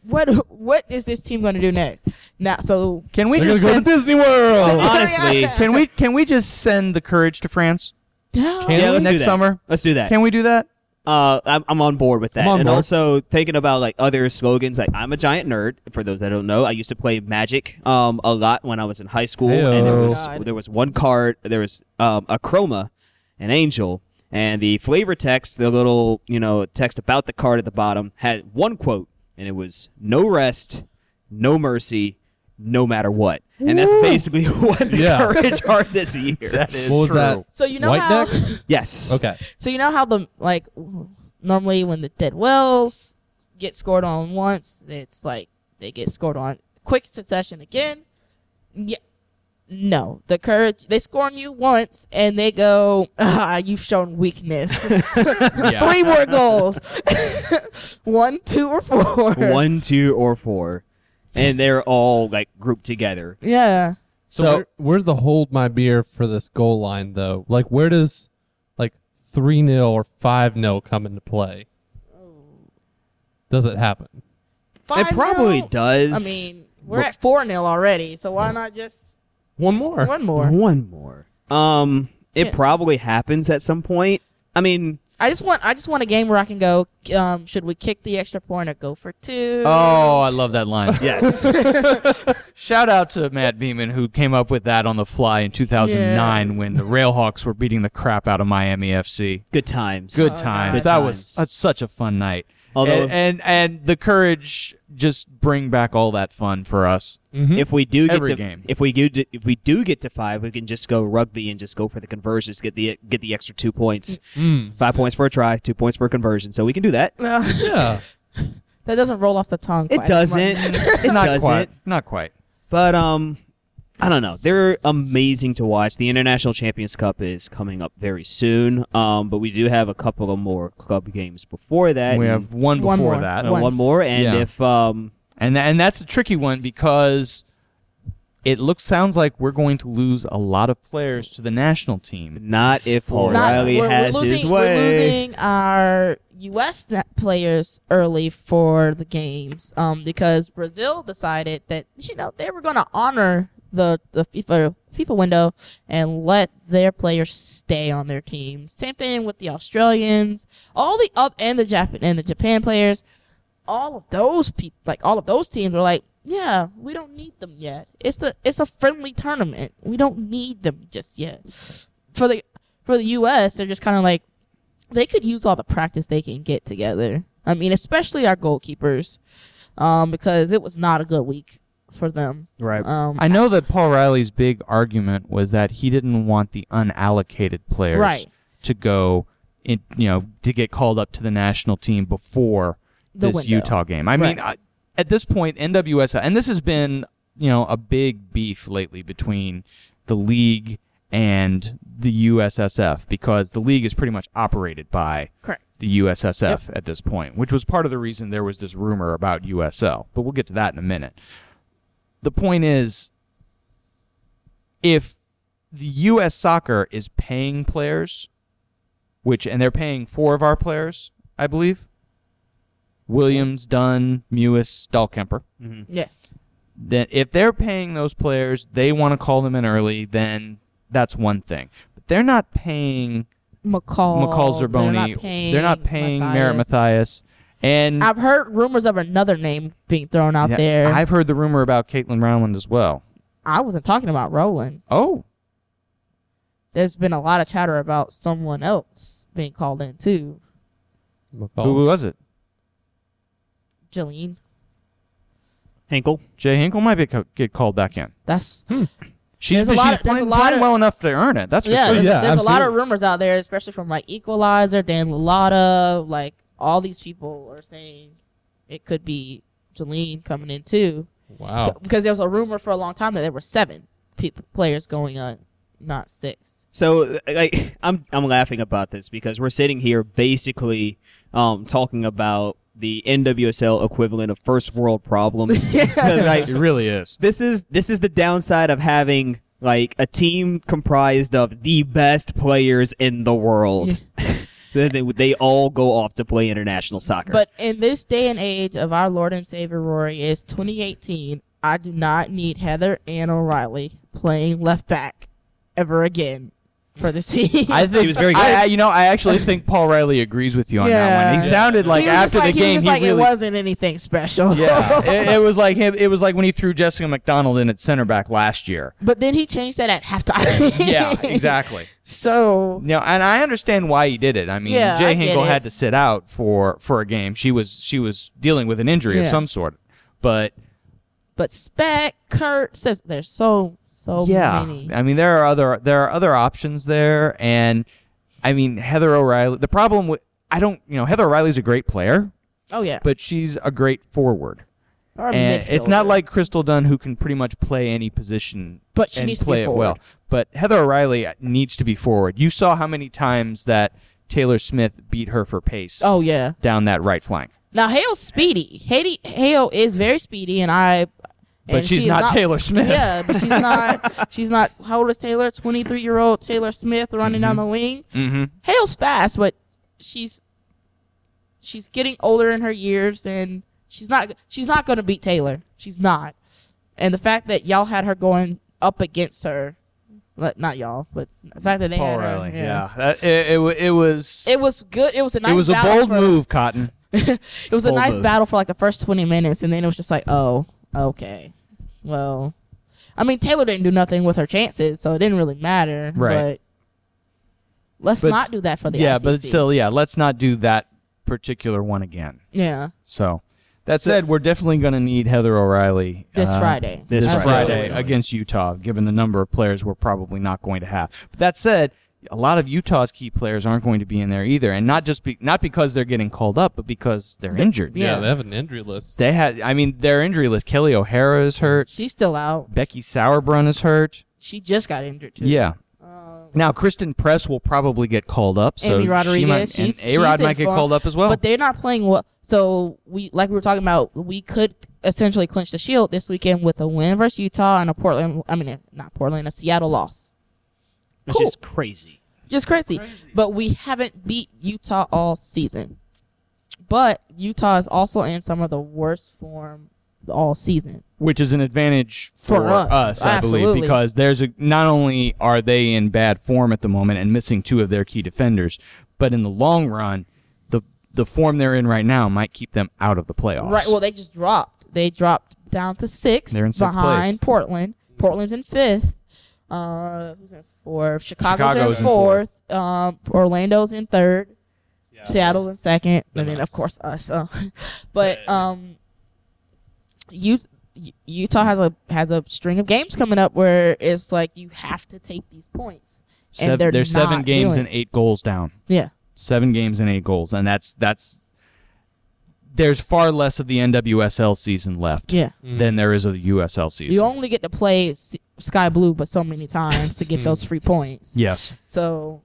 what what is this team going to do next? Now, so Can we They're just gonna send, go to Disney World. Honestly, Yeah. can we can we just send the courage to France? Yeah, yeah, let's do next that. summer? Let's do that. Can we do that? uh, I'm, I'm on board with that. I'm on And board. also thinking about like other slogans. Like I'm a giant nerd. For those that don't know, I used to play Magic um a lot when I was in high school. And there Heyo. was God. there was one card. There was um, a chroma, an angel, and the flavor text, the little you know text about the card at the bottom had one quote, and it was "No rest, no mercy, no matter what." And that's basically what the Yeah. courage are this year. What was that? so you know White how neck? yes. Okay. so you know how the like normally when the dead wells get scored on once, it's like they get scored on quick succession again. Yeah. No, the courage they score on you once and they go, ah, you've shown weakness. Three more goals. One, two, or four. one, two, or four, and they're all like grouped together. Yeah. So, So- where- where's the hold my beer for this goal line though? Like where does like three 0 or five 0 come into play? Does it happen? it probably Five-nil? does. I mean, We're at 4 0 already, so why not just One more. one more? One more. Um, it Yeah. probably happens at some point. I mean, I just want I just want a game where I can go. Um, should we kick the extra point or go for two? Oh, I love that line. yes. Shout out to Matt Beeman who came up with that on the fly in 2009 when the Railhawks were beating the crap out of Miami FC. Good times. Good Oh, times. God. that Good was times. that's such a fun night. Although- and, and and the courage just bring back all that fun for us. Mhm. If we do get Every to game. if we do if we do get to five, we can just go rugby and just go for the conversions. Get the get the extra two points. Mm. Five points for a try, two points for a conversion. So we can do that. Well, Yeah. that doesn't roll off the tongue. It quite as much. doesn't. it Not doesn't. quite. Not quite. But um, I don't know. They're amazing to watch. The International Champions Cup is coming up very soon. Um, but we do have a couple of more club games before that. we and- have one before One more. that. uh, one. one more, and Yeah. if um, And and that's a tricky one because it looks sounds like we're going to lose a lot of players to the national team. not if Not- O'Reilly we're, we're has losing, his We're way. losing our U.S. na- players early for the games um, because Brazil decided that you know they were going to honor the, the FIFA FIFA window and let their players stay on their team. Same thing with the Australians, all the up and the Japan and the Japan players. All of those people, like all of those teams, were like, yeah, we don't need them yet. It's a it's a friendly tournament. We don't need them just yet. For the for the U.S., they're just kind of like they could use all the practice they can get together. I mean, especially our goalkeepers, um, because it was not a good week for them. Right. Um, I know that Paul Riley's big argument was that he didn't want the unallocated players Right. to go in, you know, to get called up to the national team before The this window. Utah game. I mean, I, at this point, NWSL, and this has been, you know, a big beef lately between the league and the USSF because the league is pretty much operated by correct. the USSF at this point, which was part of the reason there was this rumor about USL. But we'll get to that in a minute. The point is, if the U.S. soccer is paying players, which, and they're paying four of our players, I believe Williams, Dunn, Mewis, Dahlkemper Yes. then if they're paying those players, they want to call them in early, then that's one thing. But they're not paying McCall. McCall Zerboni. Oh, They're not paying, they're not paying Merritt Mathias. Matthias. And I've heard rumors of another name being thrown out yeah, there. I, I've heard the rumor about Caitlin Rowland as well. wasn't talking about Roland. Oh, There's been a lot of chatter about someone else being called in too. Oh. McCall. who was it? Jillian. Hinkle. Jay Hinkle might be co- get called back in. That's She's, There's a she's lot of- there's a playing, lot playing of- well enough to earn it. That's for yeah, sure. there's, Yeah, there's a lot of absolutely. rumors out there, especially from like Equalizer, Dan Lotta, like all these people are saying it could be Jalen coming in too, Oh. Wow. because there was a rumor for a long time that there were seven peop players going on, not six. So like, I'm I'm laughing about this because we're sitting here basically um, talking about the NWSL equivalent of first world problems. 'Cause, like, It really is. this is this is the downside of having like a team comprised of the best players in the world. they, they, they all go off to play international soccer. But in this day and age of our Lord and Savior Rory is 2018. I do not need Heather and O'Reilly playing left back ever again for the team. I think He was very good. I, I- you know, I actually think Paul Riley agrees with you on that one. Yeah. He sounded like He was just after he the was game, just he like, really it wasn't anything special. Yeah, it, it was like him. It was like when he threw Jessica McDonald in at center back last year. But then he changed that at halftime. Yeah, exactly. So No, and I understand why he did it. I mean, Yeah, Jay I get Hinkle it. had to sit out for for a game. She was she was dealing with an injury of Yeah. some sort. But But Spec, Kurt says there's so so yeah, many. I mean, there are other there are other options there, and I mean Heather O'Reilly. The problem with I don't you know Heather O'Reilly's a great player, Oh yeah. but she's a great forward. Or a and it's not midfielder. like Crystal Dunn, who can pretty much play any position But she and needs to be play it forward. well. But Heather O'Reilly needs to be forward. You saw how many times that Taylor Smith beat her for pace Oh yeah. down that right flank. Now Hale's speedy. Haiti Hale is very speedy, and I. But and she's she is not Taylor Smith. Yeah, but she's not. she's not. How old is Taylor? Twenty three year old Taylor Smith running down the wing. Mm-hmm. Hale's fast, but she's she's getting older in her years, and she's not she's not going to beat Taylor. She's not. And the fact that y'all had her going up against her, like, not y'all, but the fact that they Paul had her, Riley. Yeah, That- it, it, wa- it was uh, It was good. It was a nice. it was a battle bold for- move, Cotton. It was a Bold nice move. battle for like the first twenty minutes, and then it was just like, oh, okay, well, I mean, Taylor didn't do nothing with her chances, so it didn't really matter. Right. But let's But not s- do that for the E yeah, but ICC. still, yeah. Let's not do that particular one again. yeah, So that said, we're definitely going to need Heather O'Reilly this uh, Friday. this this Absolutely. Friday against Utah, given the number of players we're probably not going to have. But that said, a lot of Utah's key players aren't going to be in there either, and not just be, not because they're getting called up, but because they're injured. Yeah, Yeah. they have an injury list. They had, I mean, their injury list. Kelly O'Hara is hurt. She's still out. Becky Sauerbrunn is hurt. She just got injured too. Yeah. Um, Now Kristen Press will probably get called up. So Amy she Rodriguez, might, and she's- A Rod she's in might get form, called up as well. but they're not playing well. So we, like we were talking about, we could essentially clinch the shield this weekend with a win versus Utah and a Portland. I mean, not Portland, a Seattle loss. Which Cool. is crazy. Just crazy. But we haven't beat Utah all season. But Utah is also in some of the worst form all season. which is an advantage for, For us, I believe, absolutely. because there's a not only are they in bad form at the moment and missing two of their key defenders, but in the long run, the the form they're in right now might keep them out of the playoffs. Right. Well, they just dropped. They dropped down to 6th They're in sixth behind place. Portland. Portland's in fifth. Uh, who's in fourth? Chicago's, Chicago's in in fourth. fourth. Um, Orlando's in third. Yeah. Seattle in second, and then Then of us. course us. uh, but Yeah. um, you Utah has a has a string of games coming up where it's like you have to take these points. Sev- and they're seven not games doing and eight goals down. Yeah, Seven games and eight goals, and that's that's there's far less of the NWSL season left yeah. than there is of the USL season. You only get to play S- Sky Blue, but so many times to get those free points. yes. So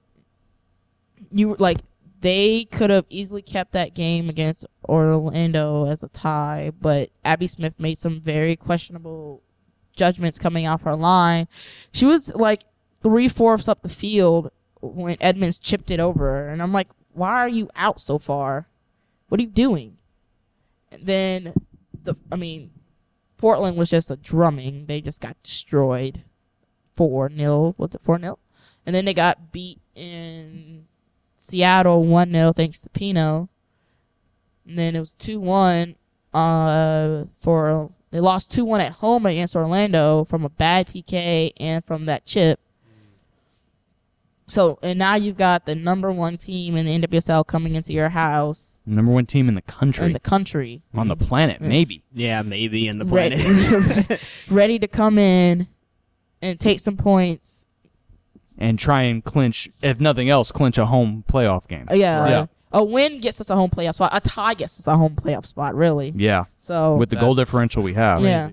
you like they could have easily kept that game against Orlando as a tie, but Abby Smith made some very questionable judgments coming off her line. She was like three fourths up the field when Edmonds chipped it over, her, and I'm like, why are you out so far? What are you doing? And then the I mean, Portland was just a drumming. They just got destroyed four 0 What's it four 0 and then they got beat in Seattle 1 0 thanks to Pino. And then it was 2 1 uh, for. They lost 2 1 at home against Orlando from a bad PK and from that chip. So, and now you've got the number one team in the NWSL coming into your house Number one team in the country. in the country. on the planet, maybe. Yeah, maybe in the Right. planet. Ready to come in and take some points. and try and clinch, if nothing else, clinch a home playoff game. Uh, Yeah. Yeah. A win gets us a home playoff spot. A tie gets us a home playoff spot, really. Yeah, So with the goal differential we have. yeah.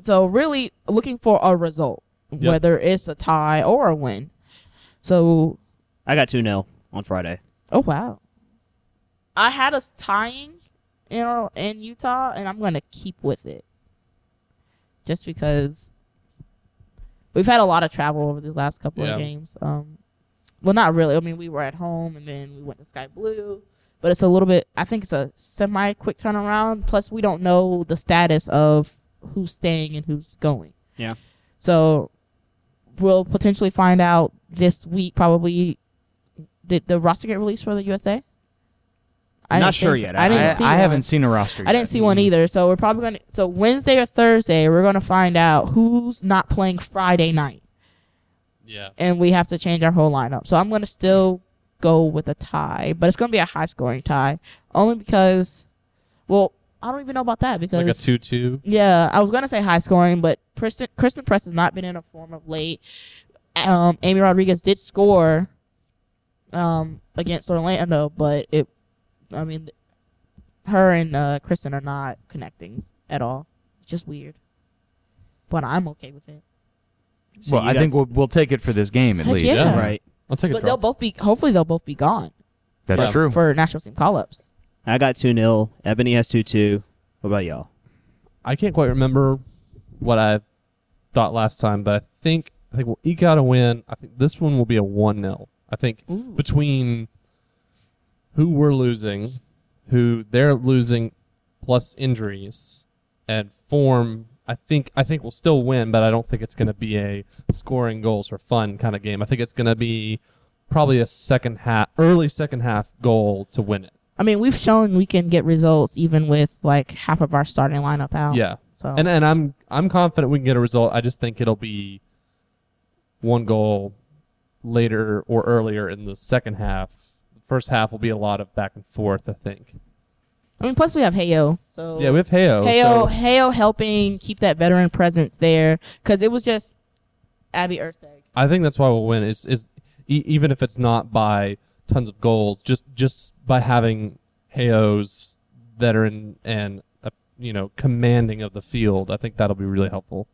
So really looking for a result, whether it's a tie or a win. So I got 2 0 on Friday. oh wow, I had us tying in Or- in Utah, and I'm gonna keep with it, just because we've had a lot of travel over the last couple Yeah. of games. Um, well, not really. I mean, we were at home, and then we went to Sky Blue. But it's a little bit. I think it's a semi quick turnaround. Plus, we don't know the status of who's staying and who's going. Yeah. So we'll potentially find out this week. Probably did the roster get released for the USA? I Not didn't sure think so. yet. I didn't I, see. I one. haven't seen Mm-hmm. a roster. I didn't see one either. So we're probably gonna. So Wednesday or Thursday, we're gonna find out who's not playing Friday night, Yeah. and we have to change our whole lineup. So I'm gonna still go with a tie, but it's gonna be a high scoring tie, only because, well, I don't even know about that because Like a 2 2. yeah, I was gonna say high scoring, but Kristen, Kristen Press has not been in a form of late. Um, Amy Rodriguez did score, um, against Orlando, but it, I mean, her and uh, Kristen are not connecting at all. It's just weird, but I'm okay with it. So well, you I got- think we'll, we'll take it for this game at Heck least. yeah. Right. I'll take a But they'll drop. both be. Hopefully, they'll both be gone That's Yeah. true. for national team call ups. I got 2 0. Ebony has 2 2. What about y'all? I can't quite remember what I thought last time, but I think I think we'll eke out a win. I think this one will be a one 0 I think Ooh. between who we're losing, who they're losing, plus injuries and form. I I think I think we'll still win, but I don't think it's going to be a scoring goals for fun kind of game. I think it's going to be probably a second half, early second half goal to win it. I mean, we've shown we can get results even with like half of our starting lineup out. Yeah, So and uh, and I'm I'm confident we can get a result. I just think it'll be one goal later or earlier in the second half. First half will be a lot of back and forth. I think. I mean, plus we have Heyo. So Yeah, we have Heo. Hale, Hale helping keep that veteran presence there because it was just Abby Ersteg. I think that's why we'll win. Is is e- even if it's not by tons of goals, just just by having Heo's veteran and uh, you know commanding of the field, I think that'll be really helpful.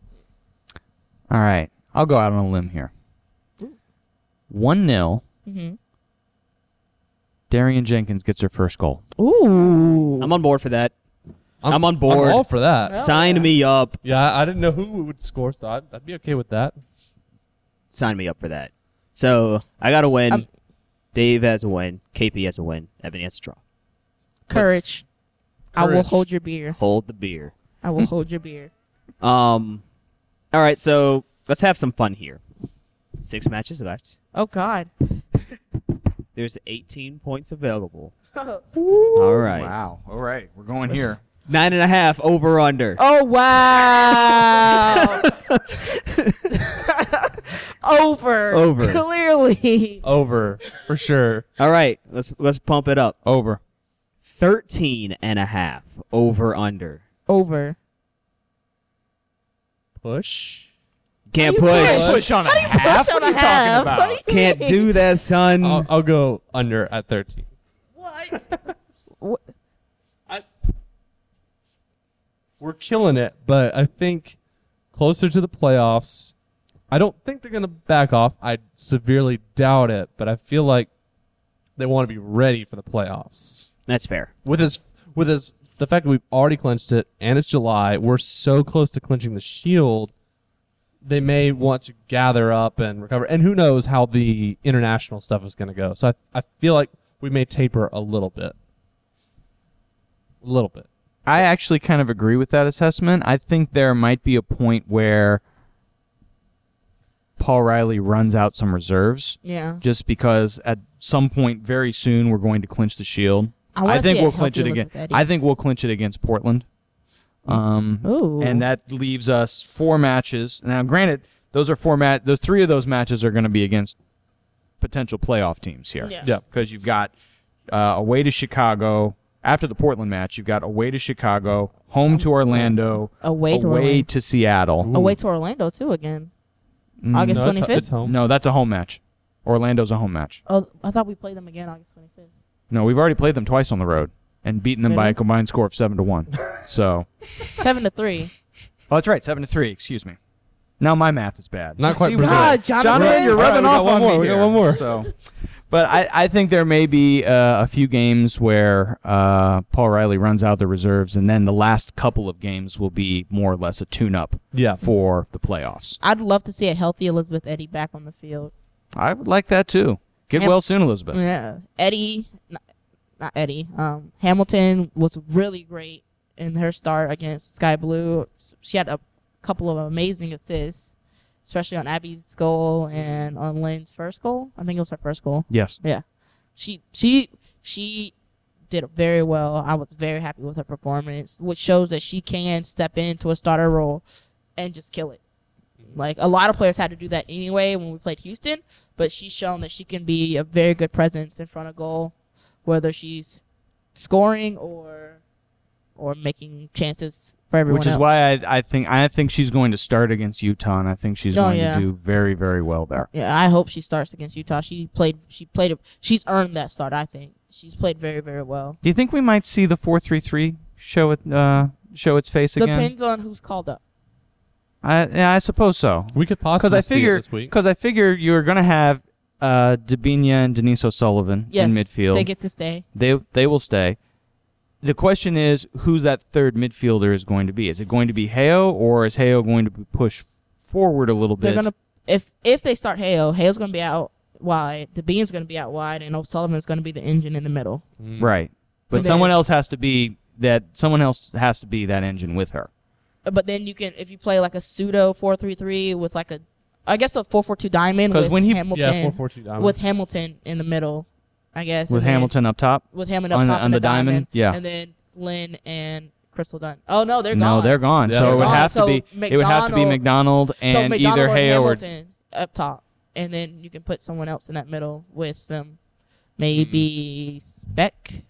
All right. I'll go out on a limb here. 1 0. Mm-hmm. Darian Jenkins gets her first goal. Ooh, I'm on board for that. I'm on board. I'm all for that. Yeah. Sign me up. Yeah, I I didn't know who would score, so I'd, I'd be okay with that. Sign me up for that. So I got a win. Um, Dave has a win. KP has a win. Ebony has a draw. courage. I will Courage. hold your beer. Hold the beer. I will hold your beer. Um. All right. So let's have some fun here. Six matches left. Oh God. There's 18 points available. oh All right. Wow. All right. We're going here. Nine and a half over under. Oh, wow. Over. Over. Clearly. Over for sure. All right. Let's let's pump it up. Over. 13 and a half over under. Over. Push. Can't How do you push. push? on a half? Push on a half. What do you Can't mean? do that, son. Uh, I'll, I'll go under at 13. What? I, we're killing it, but I think closer to the playoffs, I don't think they're going to back off. I severely doubt it, but I feel like they want to be ready for the playoffs. That's fair. With as with as the fact that we've already clinched it and it's July, we're so close to clinching the shield. They may want to gather up and recover, and who knows how the international stuff is going to go. So I, I feel like we may taper a little bit, a little bit. I actually kind of agree with that assessment. I think there might be a point where Paul Riley runs out some reserves Yeah. just because at some point very soon we're going to clinch the shield. I, wanna think see a we'll clinch it healthy again. Elizabeth Eddy. I think we'll clinch it against Portland. Um, Ooh. and that leaves us four matches. Now, granted, those are four mat. Those three of those matches are going to be against potential playoff teams here. Yeah. Yeah. because you've got uh, away to Chicago after the Portland match. You've got away to Chicago, home to Orlando, Away to away Orlando. to Seattle. Away to Orlando too again. August No, it's- twenty It's fifth. home. No, that's a home match. Orlando's a home match. Oh, I thought we played them again August twenty fifth. No, we've already played them twice on the road and beaten them by a Really? combined score of seven to one. so, Seven to three. oh, that's right, seven to three. Excuse me. Now my math is bad. Not quite See, Brazil. God, Jonathan. Jonathan, you're All right, rubbing we got off one on more, me we got here. one more. So, but I, I think there may be uh, a few games where uh, Paul Riley runs out the reserves, and then the last couple of games will be more or less a tune-up Yeah. for the playoffs. I'd love to see a healthy Elizabeth Eddie back on the field. I would like that too. Get Yep. well soon, Elizabeth. Yeah, Eddie, not, not Eddie. Um, Hamilton was really great in her start against Sky Blue. She had a couple of amazing assists, especially on Abby's goal and on Lynn's first goal. I think it was her first goal. Yes. She she she did very well. I was very happy with her performance, which shows that she can step into a starter role and just kill it. Mm-hmm. Like a lot of players had to do that anyway when we played Houston, but she's shown that she can be a very good presence in front of goal, whether she's scoring or or making chances for everyone. Which is else. why I, I think I think she's going to start against Utah, and I think she's Oh, going yeah. to do very very well there. Yeah, I hope she starts against Utah. She played. She played. She's earned that start. I think she's played very, very well. Do you think we might see the four three three show it uh, show its face again? Depends on who's called up. I yeah, I suppose so. We could because possibly I see it figure this week. because I figure you're gonna have uh, Dabinia and Denise O'Sullivan Yes, in midfield. They get to stay. they they will stay. The question is, who's that third midfielder is going to be? Is it going to be Heo, or is Heo going to be pushed forward a little They're bit? gonna if if they start Hale, Hale's gonna be out wide. Bean's gonna be out wide, and O'Sullivan's gonna be the engine in the middle. Mm. right, but Okay. someone else has to be that. Someone else has to be that engine with her. Uh, but then you can if you play like a pseudo four three three with like a, I guess a four four two diamond 'Cause with when he- Hamilton yeah, four four two diamond. with Hamilton in the middle, I guess with and then- Hamilton up top. with Hammond up on- top on and the a diamond, diamond? Yeah. and then Lynn and Crystal Dunn. Oh no, they're no, gone. they're gone. Yeah. So They're it would gone. have to So be it would have to be McDonald so and McDonald either or Hay or Hamilton up top, and then you can put someone else in that middle with them. Maybe Speck.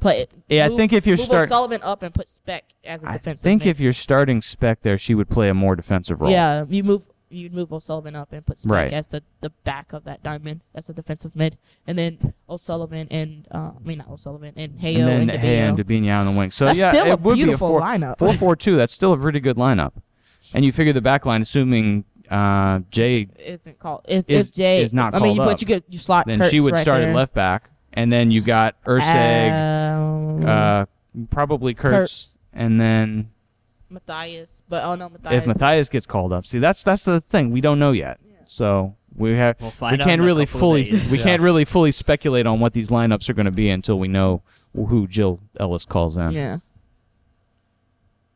Play it. Mm-hmm. Yeah, I move- think if you're move start- Sullivan up and put Speck as a I defensive. think mid. if you're starting Spec there, she would play a more defensive role. yeah, you move you move O'Sullivan up and put Speck Right. as the, the back of that diamond as a defensive mid, and then O'Sullivan and uh, I mean not O'Sullivan and Hayo and and, then Hay and DeBio. Dabinia on the wing. So That's yeah, still it a would beautiful be a four, lineup. Four four two. That's still a pretty good lineup. And you figure the back line, assuming uh, Jay, isn't called. If, Is- if Jay is not I mean, called but up. you could you slot. then Kurtz she would right start there. at left back, and then you got Urseg, Um, uh, probably Kurtz, Kurtz. and then Matthias, but oh no, Matthias. if Matthias gets called up, see that's that's the thing we don't know yet. So we have We'll we find out in can't a really couple of fully days. we Yeah. can't really fully speculate on what these lineups are going to be until we know who Jill Ellis calls in. yeah,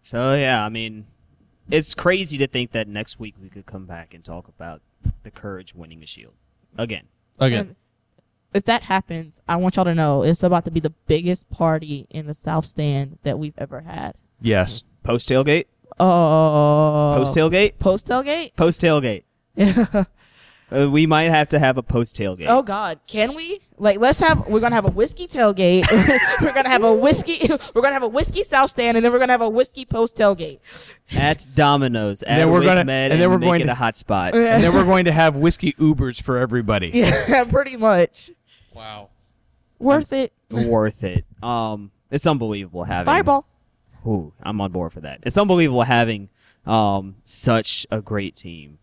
So yeah, I mean, it's crazy to think that next week we could come back and talk about the Courage winning the Shield again. again. if that happens, I want y'all to know it's about to be the biggest party in the South Stand that we've ever had. Yes. Post tailgate, Oh, post tailgate, post tailgate. post tailgate. Uh, we might have to have a post tailgate. Oh God, can we? Like, let's have. We're gonna have a whiskey tailgate. we're gonna have a whiskey. We're gonna have a whiskey South Stand, and then we're gonna have a whiskey post tailgate. At Domino's, at then we're Wick gonna- Med, and then we're make going it to- a hot spot. and then we're going to have whiskey Ubers for everybody. Yeah, pretty much. Wow. Worth it. Worth it. Um, it's unbelievable having Fireball. Ooh, I'm on board for that. It's unbelievable having um such a great team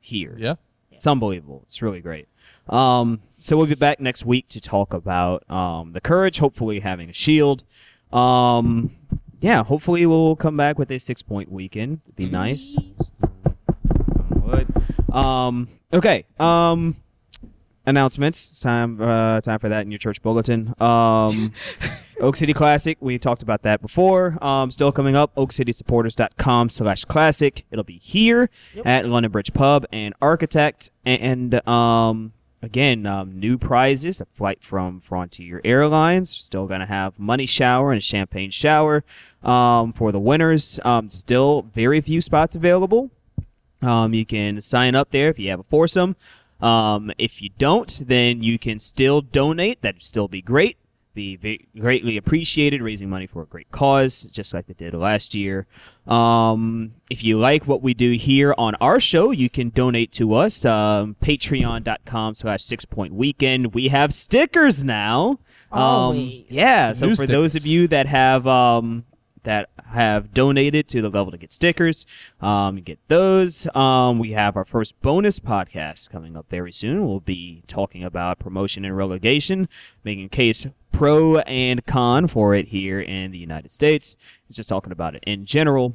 here. Yeah. It's unbelievable. It's really great. Um, so we'll be back next week to talk about um, the courage, hopefully having a shield. Um, yeah, hopefully we'll come back with a six point weekend. It'd be nice. Um, okay. Um, announcements. It's time uh, time for that in your church bulletin. Um, Oak City Classic. We talked about that before. Um, still coming up. OakCitySupporters.com slash classic. It'll be here at London Bridge Pub and Architect. And um, again, um, new prizes. A flight from Frontier Airlines. Still going to have money shower and a champagne shower um, for the winners. Um, still very few spots available. Um, you can sign up there if you have a foursome. Um, if you don't, then you can still donate. That'd still be great. Be ve- greatly appreciated, raising money for a great cause, just like they did last year. Um, if you like what we do here on our show, you can donate to us. Um, Patreon.com slash six point weekend. We have stickers now. Um, Always. yeah. So New for those of stickers. you that have um, that have donated to the level to get stickers. Um, you get those. Um, we have our first bonus podcast coming up very soon. We'll be talking about promotion and relegation, making case pro and con for it here in the United States. Just talking about it in general.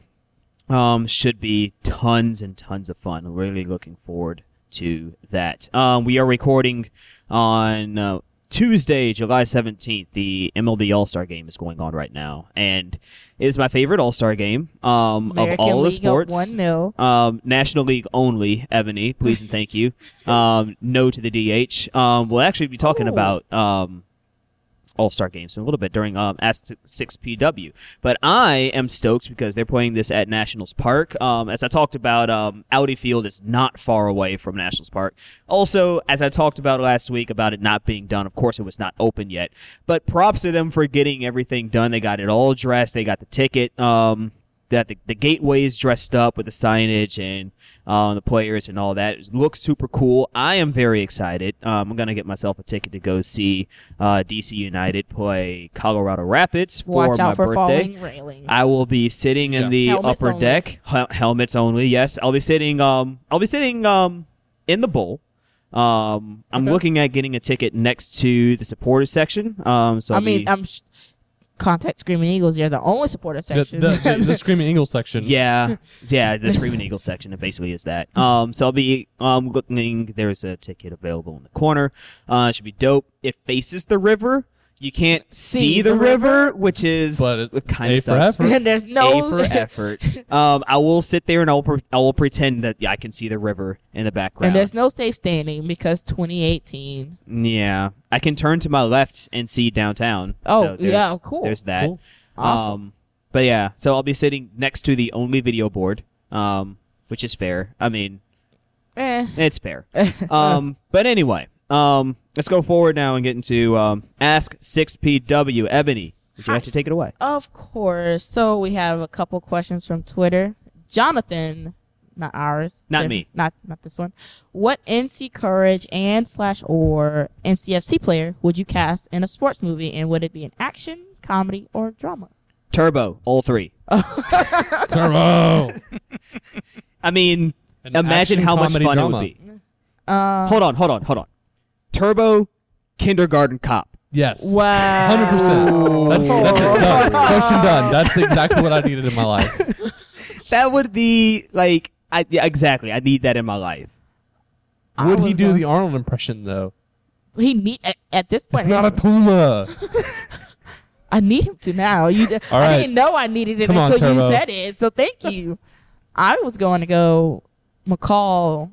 Um, should be tons and tons of fun. I'm really looking forward to that. Um, we are recording on uh, Tuesday, July 17th. The MLB All Star game is going on right now, and it is my favorite All Star game um, of American all the League sports. One 0 Um, National League only, Ebony. Please and thank you. Um, no to the DH. Um, we'll actually be talking Oh. about um, All Star games in a little bit during um, Ask Six PW. But I am stoked because they're playing this at Nationals Park. Um, as I talked about, um, Audi Field is not far away from Nationals Park. Also, as I talked about last week about it not being done, of course it was not open yet. But props to them for getting everything done. They got it all dressed. They got the ticket. Um, that the, the gateway is dressed up with the signage and um, the players and all that. It looks super cool. I am very excited. Um, I'm going to get myself a ticket to go see uh, DC United play Colorado Rapids for Watch my out for birthday. falling railing. I will be sitting in Yeah. the Helmets upper only. deck, Hel- helmets only. Yes, I'll be sitting. Um, I'll be sitting. Um, in the bowl. Um, I'm looking at getting a ticket next to the supporters section. Um, so I I'll mean, be- I'm sh- contact Screaming Eagles. You're the only supporter The, section. the, the, the screaming eagle section. Yeah, yeah, the Screaming Eagle section. It basically is that. Um, so I'll be um looking. There's a ticket available in the corner. Uh, it should be dope. It faces the river. You can't see, See the, the river, which is But it- kind A of for sucks. effort. and there's no A for effort. Um, I will sit there and I'll pre- I will pretend that I can see the river in the and background. there's no safe standing because 2018. yeah, I can turn to my left and see downtown. Oh, So there's- yeah, cool. There's that. Cool. Awesome. Um, but yeah, so I'll be sitting next to the only video board, um, which is fair. I mean, Eh. it's fair. um, but anyway, um, let's go forward now and get into um, Ask 6PW. Ebony, would you like to take it away? Of course. So we have a couple questions from Twitter. Jonathan, not ours. Not Diff- me. Not not this one. What NC Courage and slash or NCFC player would you cast in a sports movie and would it be an action, comedy, or drama? Turbo, all three. Turbo. I mean, An imagine action how much comedy fun drama. it would be. Uh, Hold on, hold on, hold on. Turbo, kindergarten cop. Yes. Wow. Oh. Hundred percent. That's, that's it. Done. Question done. That's exactly what I needed in my life. That would be like, I, yeah, exactly. I need that in my life. I Would he was do gonna- the Arnold impression though? He need at, at this It's point. not a puma. I need him to now. You, All I right. didn't know I needed it Come on, until Turbo. you said it. So thank you. I was going to go McCall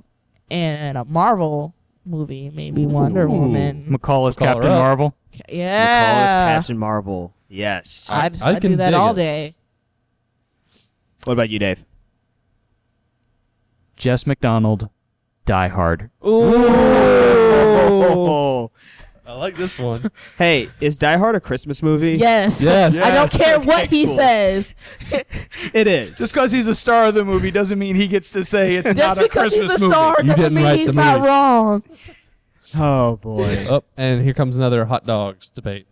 in a Marvel movie, maybe Wonder Ooh. Woman. McCall is Call her Captain up. Marvel. McCall is Yeah, Captain Marvel. Yes. I- I'd, I I'd can do that dig all it. day. What about you, Dave? Jess McDonald, Die Hard. Ooh. I like this one. Hey, is Die Hard a Christmas movie? Yes. Yes. I don't Yes. care what Okay, he cool. says. It is. Just because he's the star of the movie doesn't mean he gets to say it's Just not a because Christmas he's a movie. star You doesn't didn't write mean he's the not movie. wrong. oh boy. Oh, and here comes another hot dogs debate.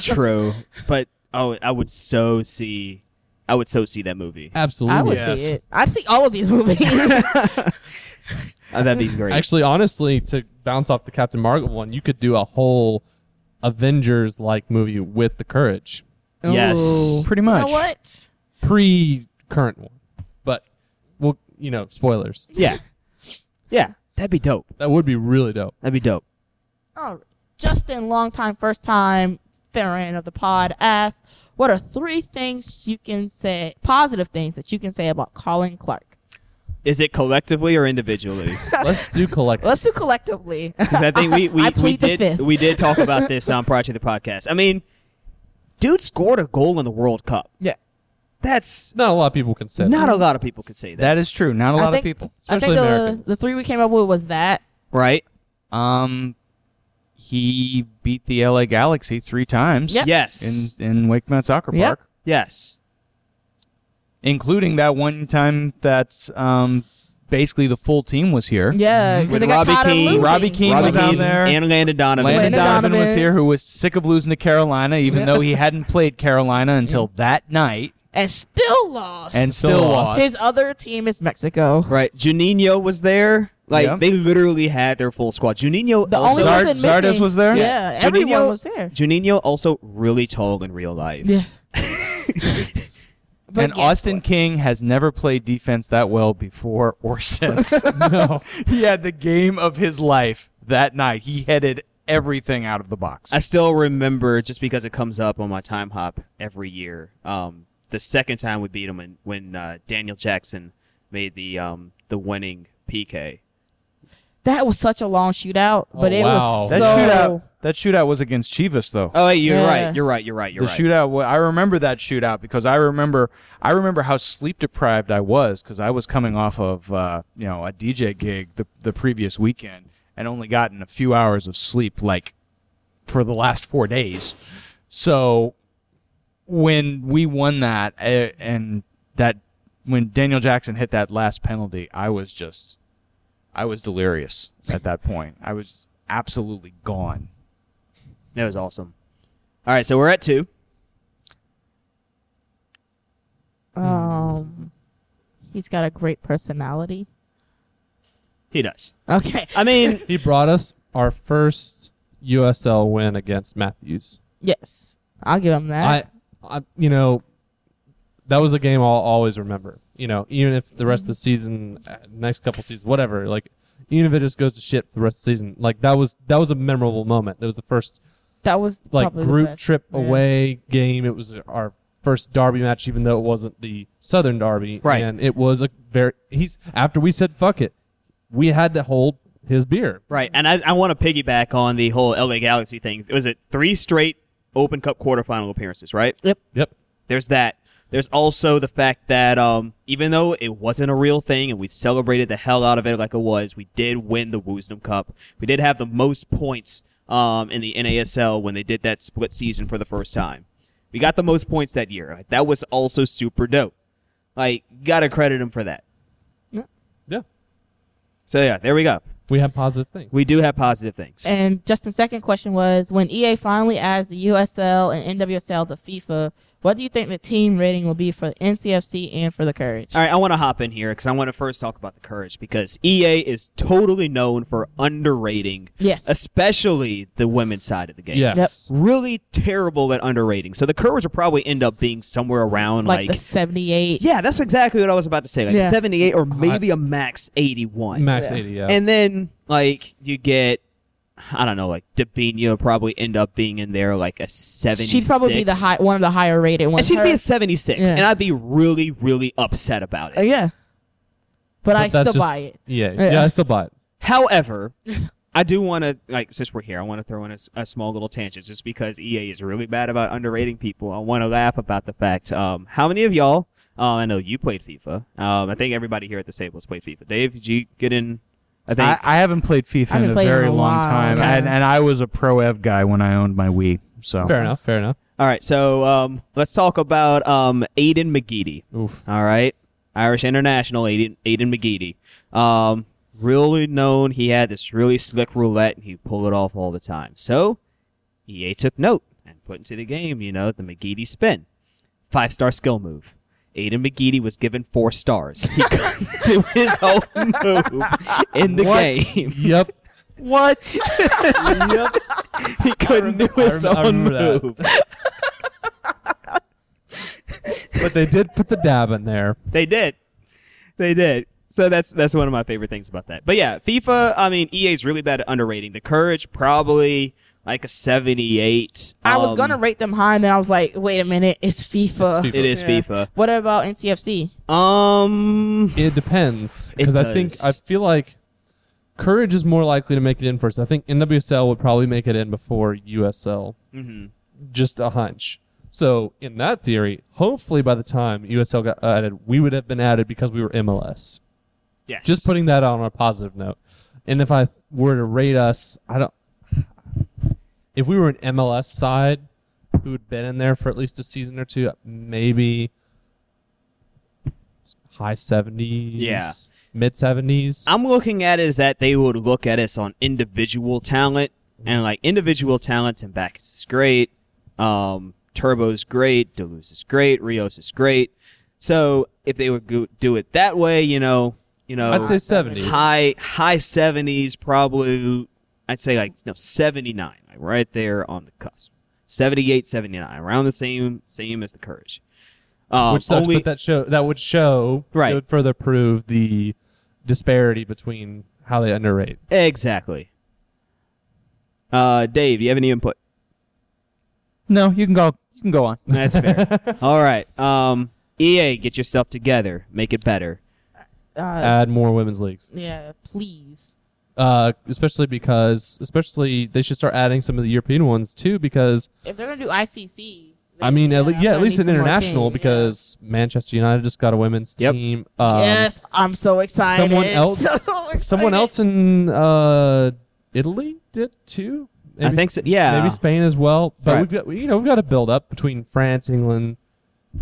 True. But oh, I would so see I would so see that movie. Absolutely. I would Yes. see it. I'd see all of these movies. Uh, that'd be great. Actually, honestly, to bounce off the Captain Marvel one, you could do a whole Avengers like movie with the courage. Yes. Ooh. Pretty You much. know what? Pre current one. But we'll you know, spoilers. yeah. Yeah. That'd be dope. That would be really dope. That'd be dope. Oh, Justin, long time, first time fan of the pod, asked, "What are three things you can say, positive things that you can say about Colin Clark?" Is it collectively or individually? Let's do collect Let's do collectively. Because I think we, we, I we plead the did fifth. we did talk about this on prior to the podcast. I mean, dude scored a goal in the World Cup. yeah, That's not a lot of people can say. not a lot of people could say that, That is true. Not a lot I think, of people. I think especially the, Americans. the three we came up with was that. right? Um, he beat the LA Galaxy three times. Yep. Yes. In in Wake Mount Soccer Yep. Park, yes. including that one time that um basically the full team was here. Yeah, because With they got Robbie tired of Keane. losing. Mm-hmm. Robbie Keane Robbie was out Keane there. and Landon Donovan. Landon Landon Donovan, was Donovan. here, who was sick of losing to Carolina, even Yeah. though he hadn't played Carolina until that night, and still lost. and Still still lost. lost. his other team is Mexico. Right. Juninho was there. Like Yeah. they literally had their full squad. Juninho The also only Zard- person Zardes missing- was there? Yeah, everyone Juninho- was there. Juninho also really tall in real life. Yeah. But and guess Austin what? King has never played defense that well before or since. no. he had the game of his life that night. He headed everything out of the box. I still remember just because it comes up on my time hop every year. Um, the second time we beat him and when uh, Daniel Jackson made the um, the winning PK. That was such a long shootout, but Oh, it wow. was that so. shootout. That shootout was against Chivas, though. Oh, wait, you're Yeah. right. You're right. You're right. You're the right. shootout. wa- I remember that shootout because I remember I remember how sleep deprived I was because I was coming off of uh, you know a DJ gig the the previous weekend and only gotten a few hours of sleep like for the last four days. So when we won that uh, and that when Daniel Jackson hit that last penalty, I was just I was delirious at that point. I was absolutely gone. That was awesome. All right, so we're at two. Hmm. Um, he's got a great personality. He does. Okay. I mean, He brought us our first USL win against Matthews. Yes, I'll give him that. I, I, you know, that was a game I'll always remember. You know, even if the Mm-hmm. rest of the season, uh, next couple seasons, whatever, like, even if it just goes to shit for the rest of the season, like that was that was a memorable moment. It was the first That was like probably the group best, trip yeah. away game. It was our first Derby match, even though it wasn't the Southern Derby. Right. And it was a very he's after we said fuck it, we had to hold his beer. Right, and I, I want to piggyback on the whole LA Galaxy thing. Was it three straight Open Cup quarterfinal appearances? Right. Yep. There's that. There's also the fact that um, even though it wasn't a real thing and we celebrated the hell out of it like it was, we did win the Woosnam Cup. We did have the most points um, in the NASL when they did that split season for the first time. We got the most points that year. Like, that was also super dope. Like, gotta credit him for that. Yeah. So yeah, there we go. We had positive things. We do have positive things. And Justin's second question was when EA finally adds the USL and NWSL to FIFA, what do you think the team rating will be for the NCFC and for the Courage? All right, I want to hop in here because I want to first talk about the courage because EA is totally known for underrating, Yes. especially the women's side of the game. yes. really terrible at underrating. So the courage will probably end up being somewhere around like, like, the 78. yeah, that's exactly what I was about to say, like Yeah. 78 or maybe a max 81. Max Yeah. eighty. Yeah. And then like you get. I don't know, like Dabinha will probably end up being in there like a 76. She'd probably be the high, one of the higher rated And ones. she'd be Her- a 76, Yeah. and I'd be really, really upset about it. Uh, yeah. But, I that's still just- buy it. yeah. Yeah. Yeah. I still buy it. However, I do want to like since we're here, I want to throw in a, s- a small little tangent just because EA is really bad about underrating people. I want to laugh about the fact. Um, how many of y'all? Uh, I know you played FIFA. Um, I think everybody here at this table has played FIFA. Dave, did you get in? I think. I, I haven't played FIFA haven't in a played in very a long while, time, yeah. and, and I was a pro Ev guy when I owned my Wii. So Fair enough. Fair enough. All right, so um, let's talk about um, Aiden McGeady. Oof. All right. Irish international Aiden, Aiden McGeady. Um, really known. He had this really slick roulette and he pulled it off all the time. So EA took note and put into the game, you know, the McGeady spin. Five star skill move. Aiden McGeady was given four stars. He couldn't do his whole move in the What? game. yep. What? Yep. He couldn't do I his rem- I own remember that. move. But they did put the dab in there. They did. They did. So that's that's one of my favorite things about that. But yeah, FIFA, I mean, EA's really bad at underrating. The Courage probably like a 78. I was Um, going to rate them high, and then I was like, wait a minute, it's FIFA. It's It is Yeah. FIFA. What about NCFC? Um It depends It because I think does. I feel like courage is more likely to make it in first. I think NWSL would probably make it in before USL. mhm. just a hunch. So in that theory, hopefully by the time USL got added, we would have been added because we were MLS. Yes. Just putting that on a positive note. And if I were to rate us, I don't. If we were an MLS side who had been in there for at least a season or two, maybe high seventies, Yeah. mid seventies. I'm looking at is that they would look at us on individual talent and like individual talents and Bacchus is great, um, Turbo's great, Deleuze is great, Rios is great. So if they would go- do it that way, you know, you know, I'd say seventies. high high seventies, probably. I'd say like no seventy nine, like right there on the cusp. 78, 79, around the same same as the Courage. Um, which sucks, only- but that show that would show Right. It would further prove the disparity between how they underrate. exactly. Uh, Dave, you have any input? no, you can go. You can go on. That's fair. All right. Um, EA, get your stuff together. Make it better. Uh, Add more women's leagues, yeah, please. uh, especially because especially they should start adding some of the European ones too. Because If they're going to do ICC. I mean, at le- least yeah, at least an international. because Manchester United just got a women's Yep. team. Um, yes, I'm so excited. someone else- So excited. Someone else in uh, Italy did too. I Maybe think so. Yeah. maybe Spain as well. But Right. we've got you know we've got to build up between France, England,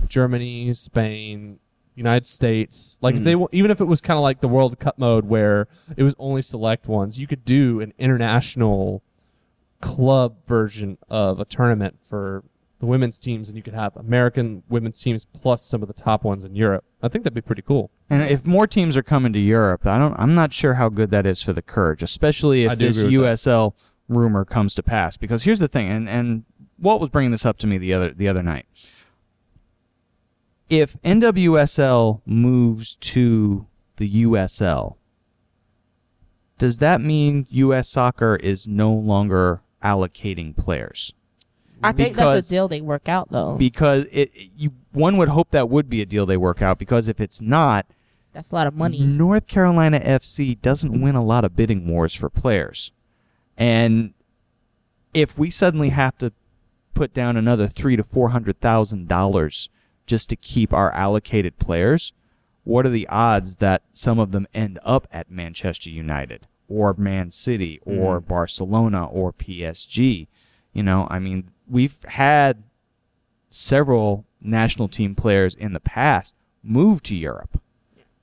Germany, Spain, United States. Like if they Hmm. wa- even if it was kind of like the World Cup mode where it was only select ones, you could do an international club version of a tournament for the women's teams, and you could have American women's teams plus some of the top ones in Europe. I think that'd be pretty cool. And if more teams are coming to Europe, I don't. I'm not sure how good that is for the Courage, especially I if do this agree with USL rumor comes to pass. Because here's the thing, and and Walt was bringing this up to me the other the other night. If NWSL moves to the USL, does that mean U.S. soccer is no longer allocating players I think that's Because- a deal they work out though. because it, it- you one would hope that would be a deal they work out because if it's not that's a lot of money. North Carolina FC doesn't win a lot of bidding wars for players. And if we suddenly have to put down another three to four hundred thousand dollars just to keep our allocated players, what are the odds that some of them end up at Manchester United or Man City or Barcelona or PSG? You know, I mean, we've had several national team players in the past move to Europe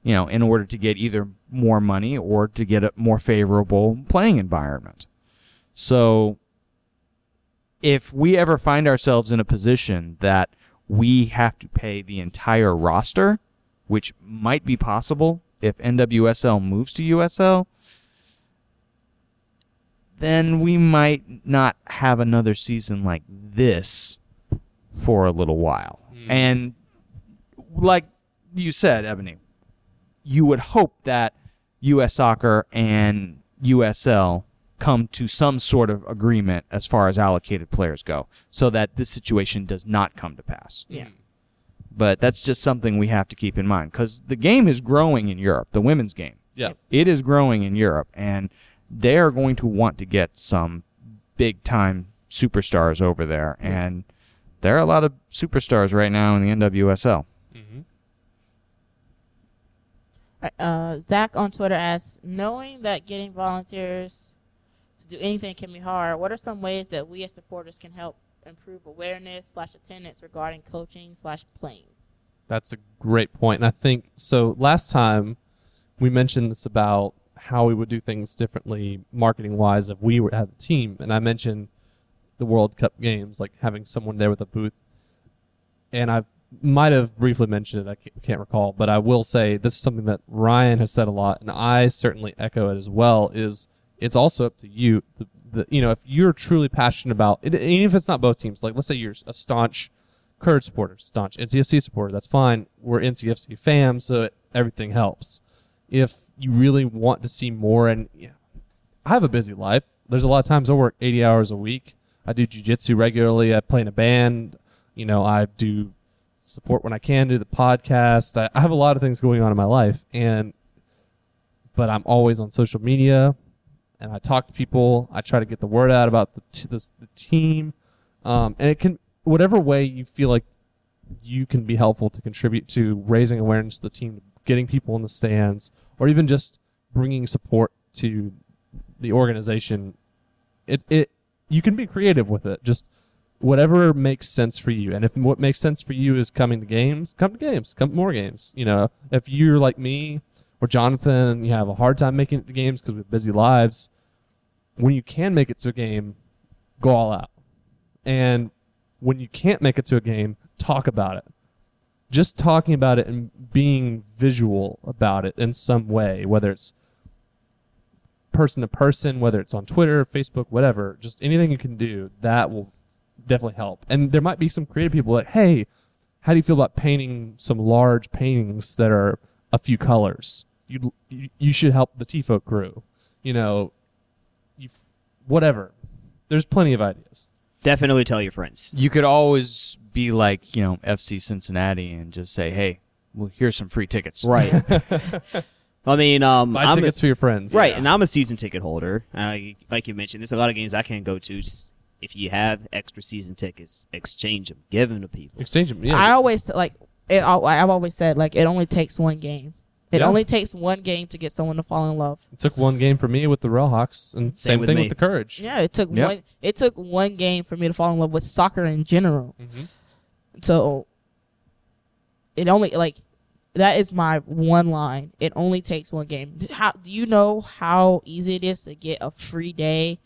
you know, in order to get either more money or to get a more favorable playing environment. So if we ever find ourselves in a position that we have to pay the entire roster, which might be possible if NWSL moves to USL, then we might not have another season like this for a little while. And like you said, Ebony, you would hope that U.S. Soccer and USL come to some sort of agreement as far as allocated players go, so that this situation does not come to pass. Yeah. But that's just something we have to keep in mind because the game is growing in Europe, the women's game. Yeah. It is growing in Europe, and they are going to want to get some big time superstars over there. And there are a lot of superstars right now in the NWSL. Mm-hmm. uh, Zach on Twitter asks, knowing that getting volunteers to do anything can be hard, what are some ways that we as supporters can help improve awareness slash attendance regarding coaching slash playing? That's a great point. And I think so. Last time we mentioned this about how we would do things differently marketing wise if we were had a team. And I mentioned the World Cup games, like having someone there with a booth. And I might have briefly mentioned it, I ca- can't recall, but I will say this is something that Ryan has said a lot, and I certainly echo it as well. Is it's also up to you, the, the, you know, if you're truly passionate about, it, even if it's not both teams. Like let's say you're a staunch Courage supporter, staunch NCFC supporter, that's fine. We're NCFC fam, so everything helps. If you really want to see more, and yeah, I have a busy life. There's a lot of times I work 80 hours a week. I do jujitsu regularly. I play in a band. You know, I do support when I can, do the podcast. I, I have a lot of things going on in my life, and but I'm always on social media, and I talk to people. I try to get the word out about the t- this, the team, um, and it can whatever way you feel like you can be helpful to contribute to raising awareness of the team, getting people in the stands, or even just bringing support to the organization. It it you can be creative with it. Just whatever makes sense for you. And if what makes sense for you is coming to games, come to games, come to more games. You know, if you're like me or Jonathan and you have a hard time making it to games because we have busy lives, when you can make it to a game, go all out. And when you can't make it to a game, talk about it. Just talking about it and being visual about it in some way, whether it's person to person, whether it's on Twitter, Facebook, whatever, just anything you can do, that will definitely help. And there might be some creative people like, hey, how do you feel about painting some large paintings that are a few colors? You you should help the Tifo crew. You know, you whatever. There's plenty of ideas. Definitely tell your friends. You could always be like, you know, FC Cincinnati and just say, hey, well, here's some free tickets. Right. I mean, um, Buy I'm tickets for your friends. Right, and I'm a season ticket holder. I, like you mentioned, there's a lot of games I can't go to. Just if you have extra season tickets, exchange them, give them to people. Exchange them. Yeah. I always like it. al- I've always said like it only takes one game. It Yeah. only takes one game to get someone to fall in love. It took one game for me with the Railhawks, and same, with thing me. with the Courage. Yeah, it took Yeah. one. It took one game for me to fall in love with soccer in general. Mm-hmm. So it only like that is my one line. It only takes one game. How do you know how easy it is to get a free day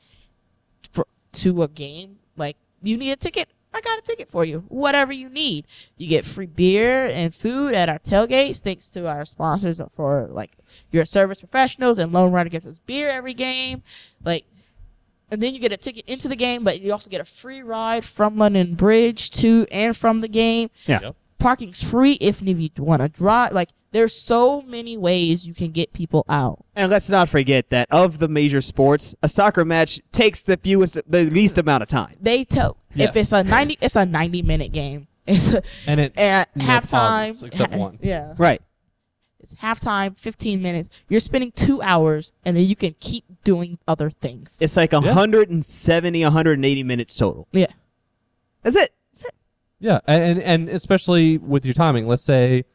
for to a game? Like you need a ticket. I got a ticket for you. Whatever you need, you get free beer and food at our tailgates. Thanks to our sponsors for like your service professionals and Lone Rider gives us beer every game. Like and then you get a ticket into the game, but you also get a free ride from London Bridge to and from the game. Yeah. Yep. Parking's free if any of you want to drive. Like There's so many ways you can get people out. And let's not forget that of the major sports, a soccer match takes the fewest, the least amount of time. They tell if Yes. it's a 90, it's a 90 minute game. It's a, and it and No halftime, pauses except one. Yeah, Right. it's halftime, 15 minutes. You're spending two hours, and then you can keep doing other things. It's like Yeah. 170, 180 minutes total. yeah, That's it. Yeah, and and- and especially with your timing. Let's say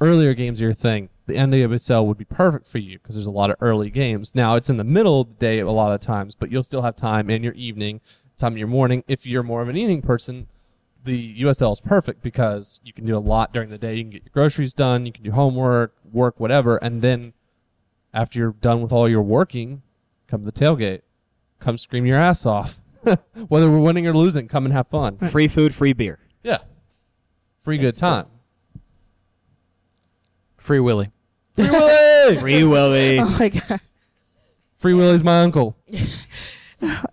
earlier games are your thing. The NWSL would be perfect for you because there's a lot of early games. Now it's in the middle of the day a lot of times, but you'll still have time in your evening, time in your morning. If you're more of an evening person, the USL is perfect because you can do a lot during the day. You can get your groceries done, you can do homework, work, whatever, and then after you're done with all your working, come to the tailgate, come scream your ass off. Whether we're winning or losing, come and have fun. Free food, free beer. Yeah. Free good time. Free Willy. Free Willie! Free Willy. oh my god. Free Willie's my uncle.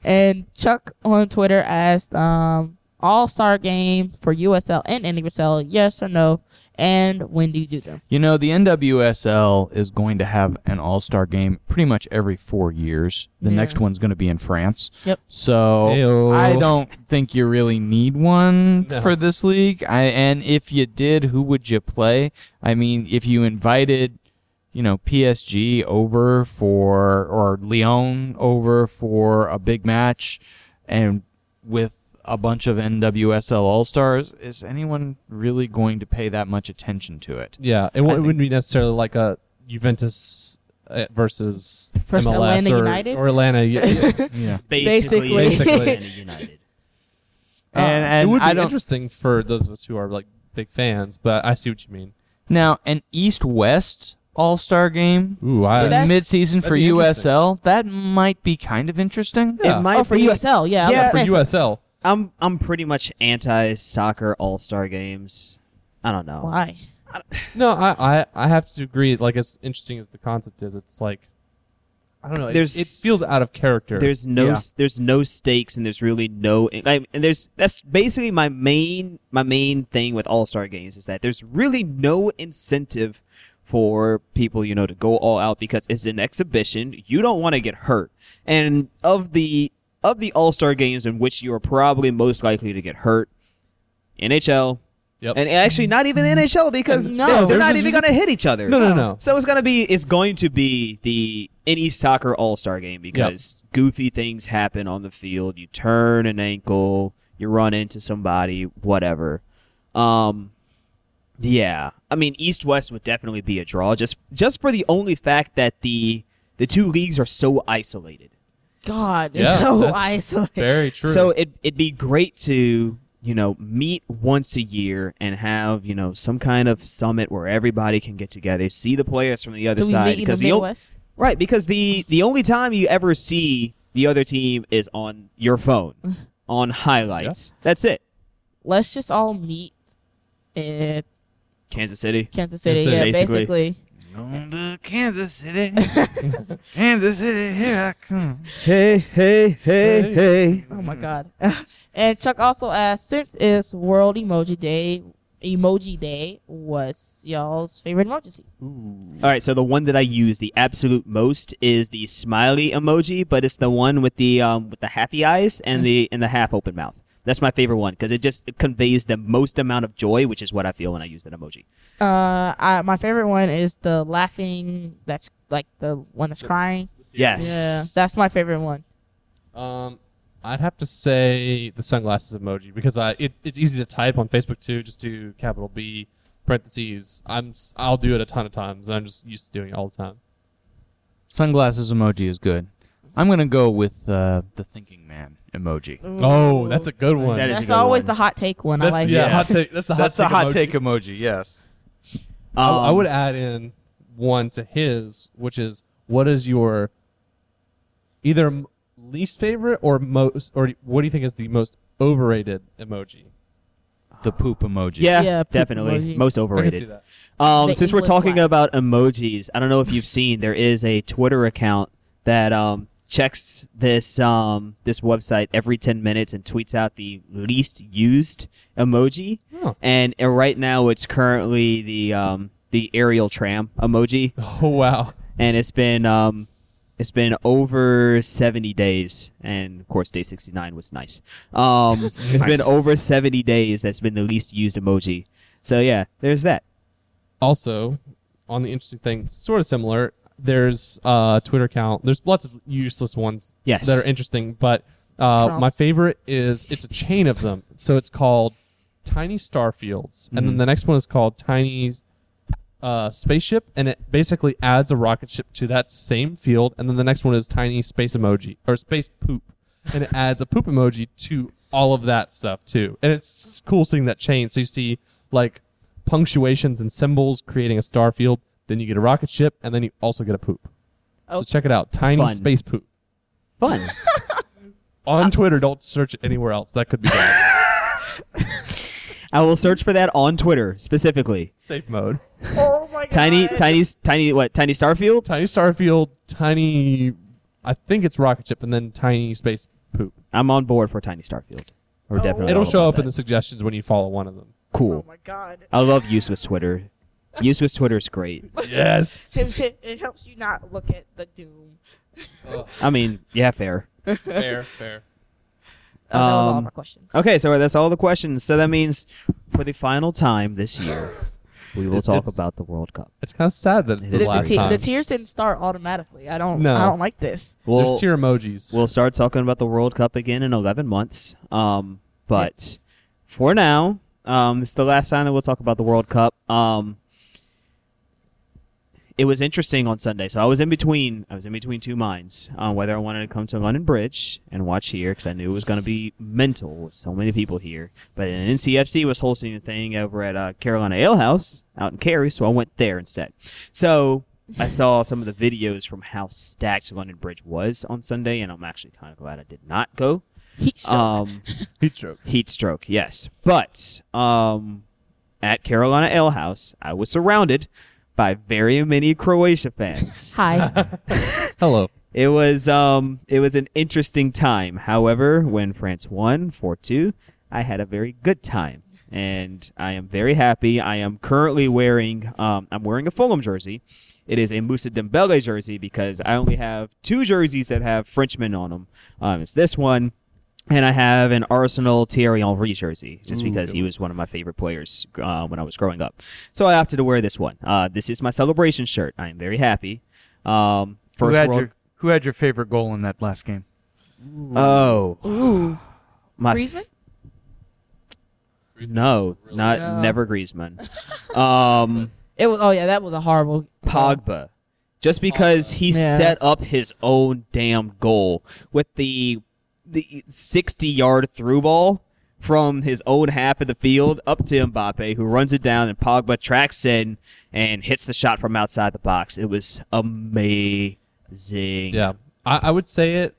And Chuck on Twitter asked, um, All Star game for USL and NWSL, yes or no? And when do you do them? You know, the NWSL is going to have an All Star game pretty much every four years. The Yeah. next one's going to be in France. Yep. So Ayo. I don't think you really need one No. for this league. I, and if you did, who would you play? I mean, if you invited, you know, PSG over for or Lyon over for a big match, and with a bunch of NWSL All Stars, is anyone really going to pay that much attention to it? Yeah, it, w- I it think- wouldn't be necessarily like a Juventus uh, versus, Versus MLS Atlanta or, United? or Atlanta. Yeah, yeah. Yeah. Basically. Basically. United. And, it and would be I don't interesting for those of us who are like big fans, but I see what you mean. now an East West All Star game Ooh, Yeah, I that's- mid season that'd for be interesting. USL. That might be kind of interesting. Yeah. It might oh, for be- USL, yeah. Yeah, I'm for saying- USL. I'm I'm pretty much anti soccer all star games. I don't know. Why? No, I, I, I have to agree. Like as interesting as the concept is, it's like I don't know. It, There's- it feels out of character. There's no Yeah. s there's no stakes and there's really no like, and there's that's basically my main my main thing with all star games is that there's really no incentive for people you know to go all out because it's an exhibition you don't want to get hurt and of the of the all star games in which you are probably most likely to get hurt NHL Yep. and actually not even NHL because No. they're, they're There's not a- even gonna hit each other no, no, no. so it's gonna be it's going to be the any soccer all star game because goofy things happen on the field. You turn an ankle, you run into somebody, whatever. Um, yeah, I mean East West would definitely be a draw just just for the only fact that the the two leagues are so isolated. God, Yeah, it's so that's isolated. Very true. So it it'd be great to you know meet once a year and have you know some kind of summit where everybody can get together, see the players from the other Do we side meet in the the o- Midwest? Right, because the the only time you ever see the other team is on your phone, on highlights. That's it. Let's just all meet in Kansas City. Kansas City, Kansas yeah, City, basically. basically. On to Kansas City, Kansas City, here I come. Hey, hey, hey, hey. Oh Mm-hmm. my god. and Chuck also asked, since it's World Emoji Day, Emoji Day, what's y'all's favorite emoji? All right, so the one that I use the absolute most is the smiley emoji, but it's the one with the um with the happy eyes and the and the half open mouth. That's my favorite one because it just conveys the most amount of joy, which is what I feel when I use that emoji. Uh, I, my favorite one is the laughing. That's like the one that's crying. Yes. Yeah, that's my favorite one. Um, I'd have to say the sunglasses emoji because I it, it's easy to type on Facebook too. Just do capital B parentheses. I'm s- I'll do it a ton of times. I'm just used to doing it all the time. Sunglasses emoji is good. I'm gonna go with uh, the thinking man emoji. Oh, that's a good one. That is a that's good always one. the hot take one. I That's- like. yeah, it. hot take. That's the hot take emoji. emoji. Yes. I, I Um, would add in one to his, which is what is your either m- least favorite or most or what do you think is the most overrated emoji? The poop emoji. Yeah, Yeah, poop definitely. emoji. Most I overrated. can see that. Um, The since we're English talking flag. about emojis, I don't know if you've seen there is a Twitter account that um, checks this um, this website every ten minutes and tweets out the least used emoji. uh, Oh. And, and right now, it's currently the um, the aerial tram emoji, Oh wow. and it's been um, it's been over seventy days, and of course, day sixty nine was nice. Um, it's been Nice. over seventy days that's been the least used emoji. So yeah, there's that. also on the interesting thing sort of similar there's uh twitter account there's lots of useless ones Yes. that are interesting but uh, Trumps. my favorite is it's a chain of them so it's called tiny starfields and then the next one is called tiny uh, spaceship and it basically adds a rocket ship to that same field and then the next one is tiny space emoji or space poop and it adds a poop emoji to all of that stuff too and it's cool seeing that chain so you see like punctuations and symbols creating a star field then you get a rocket ship and then you also get a poop so Oh. check it out tiny Fun. space poop Fun. on twitter don't search it anywhere else that could be bad. I will search for that on Twitter specifically. safe mode Oh my god. Tiny, tiny, tiny, what? Tiny Starfield. tiny starfield tiny i think it's rocket ship and then tiny space poop I'm on board for Tiny Starfield. We're Oh. definitely. It'll all show about up in that. the suggestions when you follow one of them. Cool. my god. I love useless Twitter. useless Twitter is great. Yes. It, it helps you not look at the doom. I mean, yeah, fair. fair, fair. Oh, that was all Um, my questions. Okay, so that's all the questions. So that means for the final time this year, we will talk It's- about the World Cup. It's kind of sad that it's It the is the, last the, time. the tears didn't start automatically. I don't. No. I don't like this. We'll, There's tier emojis. we'll start talking about the World Cup again in 11 months. Um, but for now, um, it's the last time that we'll talk about the World Cup. Um, it was interesting on Sunday, so I was in between. I was in between two minds on whether I wanted to come to London Bridge and watch here because I knew it was going to be mental with so many people here. But then NCFC was hosting a thing over at uh, Carolina Ale House out in Cary, so I went there instead. So I saw some of the videos from how stacked London Bridge was on Sunday, and I'm actually kind of glad I did not go. Heat stroke. Um, Heat stroke. heat stroke, yes. But um, at Carolina Ale House, I was surrounded by very many Croatia fans. Hi. Hello. it was um, it was an interesting time. However, when France won 4-2, I had a very good time. And I am very happy. I am currently wearing um, I'm wearing a Fulham jersey. It is a Moussa Dembele jersey because I only have two jerseys that have Frenchmen on them. Um, it's this one and I have an Arsenal Thierry Henry jersey just because he was one of my favorite players uh, when I was growing up. So I opted to wear this one. Uh, this is my celebration shirt. I am very happy. Um, Who first had, world. your, who had your favorite goal in that last game? oh, Ooh. my Griezmann. no, not No. never Griezmann. um, It was. Oh yeah, that was a horrible. Pogba. Just because he Yeah. set up his own damn goal with the the 60 yard through ball from his own half of the field up to Mbappe, who runs it down, and Pogba tracks in and hits the shot from outside the box. It was amazing. Yeah. I, I would say it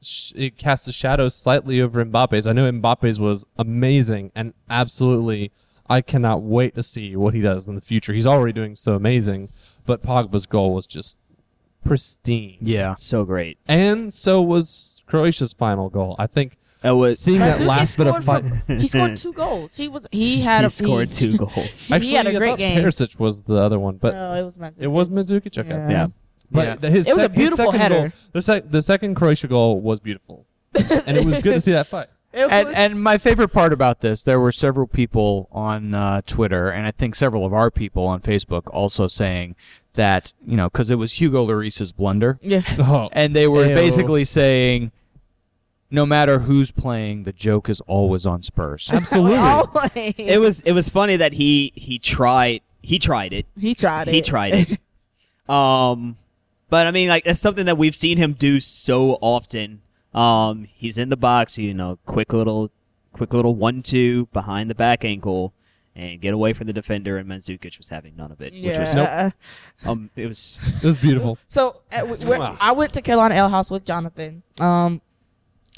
sh- it casts a shadow slightly over Mbappe's. I know Mbappe's was amazing and absolutely I cannot wait to see what he does in the future. He's already doing so amazing, but Pogba's goal was just pristine. Yeah. So great. And so was Croatia's final goal. I think It was. seeing that Mandzukic last bit of scored fight from- he scored two goals. He was. He had. He a, scored he, two goals. He, had a I great thought game. Perisic was the other one, but no, it was Mandzukic. it was Mandzukic. Okay. Yeah. Yeah. But Yeah. the- his It was sec- a his beautiful second header. Goal, the, sec- the second Croatia goal was beautiful, and it was good to see that fight. It And, was- and my favorite part about this, there were several people on uh, Twitter, and I think several of our people on Facebook also saying that, you know, because it was Hugo Lloris's blunder. yeah. Oh, And they were Ew. basically saying, no matter who's playing, the joke is always on Spurs. absolutely. Always. It was. It was funny that he he tried he tried it He tried it. He tried it. um, but I mean, like that's something that we've seen him do so often. Um, he's in the box, you know, quick little, quick little one-two behind the back ankle, and get away from the defender. And Mandzukic was having none of it, which was Yeah. um, it was It was beautiful. So uh, w- Come we're- on. I went to Carolina Ale House with Jonathan. Um,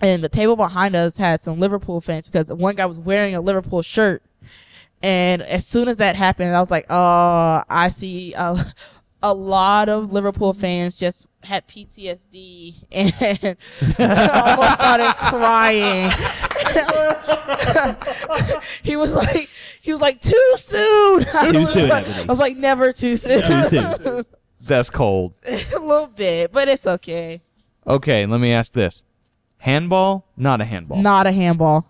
and the table behind us had some Liverpool fans because one guy was wearing a Liverpool shirt. And as soon as that happened, I was like, "Oh, I see uh, a lot of Liverpool fans just had PTSD and almost started crying. he was like, he was like, too soon. Too soon, everybody. I was like, never too soon. Too soon. That's cold. a little bit, but it's okay. Okay, let me ask this: handball, not a handball. Not a handball.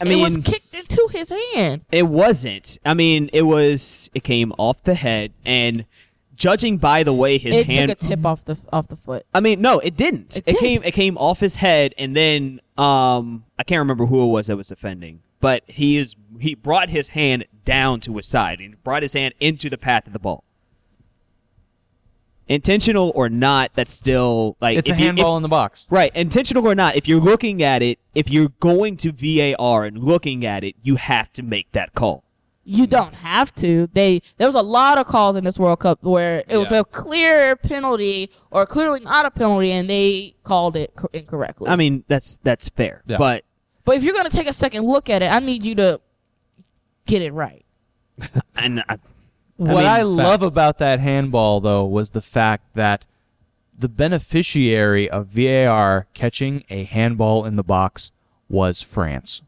I mean, it was kicked into his hand. It wasn't. I mean, it was. It came off the head, and judging by the way his it hand, took a tip off the off the foot. I mean, no, it didn't. It, It did. came. It came off his head, and then um, I can't remember who it was that was defending, but he is. He brought his hand down to his side and brought his hand into the path of the ball. Intentional or not, that's still like It's a if you- if- handball in the box. Right, intentional or not, if you're looking at it, if you're going to VAR and looking at it, you have to make that call. You don't have to. They there was a lot of calls in this World Cup where it was Yeah. a clear penalty or clearly not a penalty, and they called it cor- incorrectly. I mean, that's that's fair. Yeah. But but if you're gonna take a second look at it, I need you to get it right. and uh, I, what mean, I love facts. about that handball, though, was the fact that the beneficiary of VAR catching a handball in the box was France.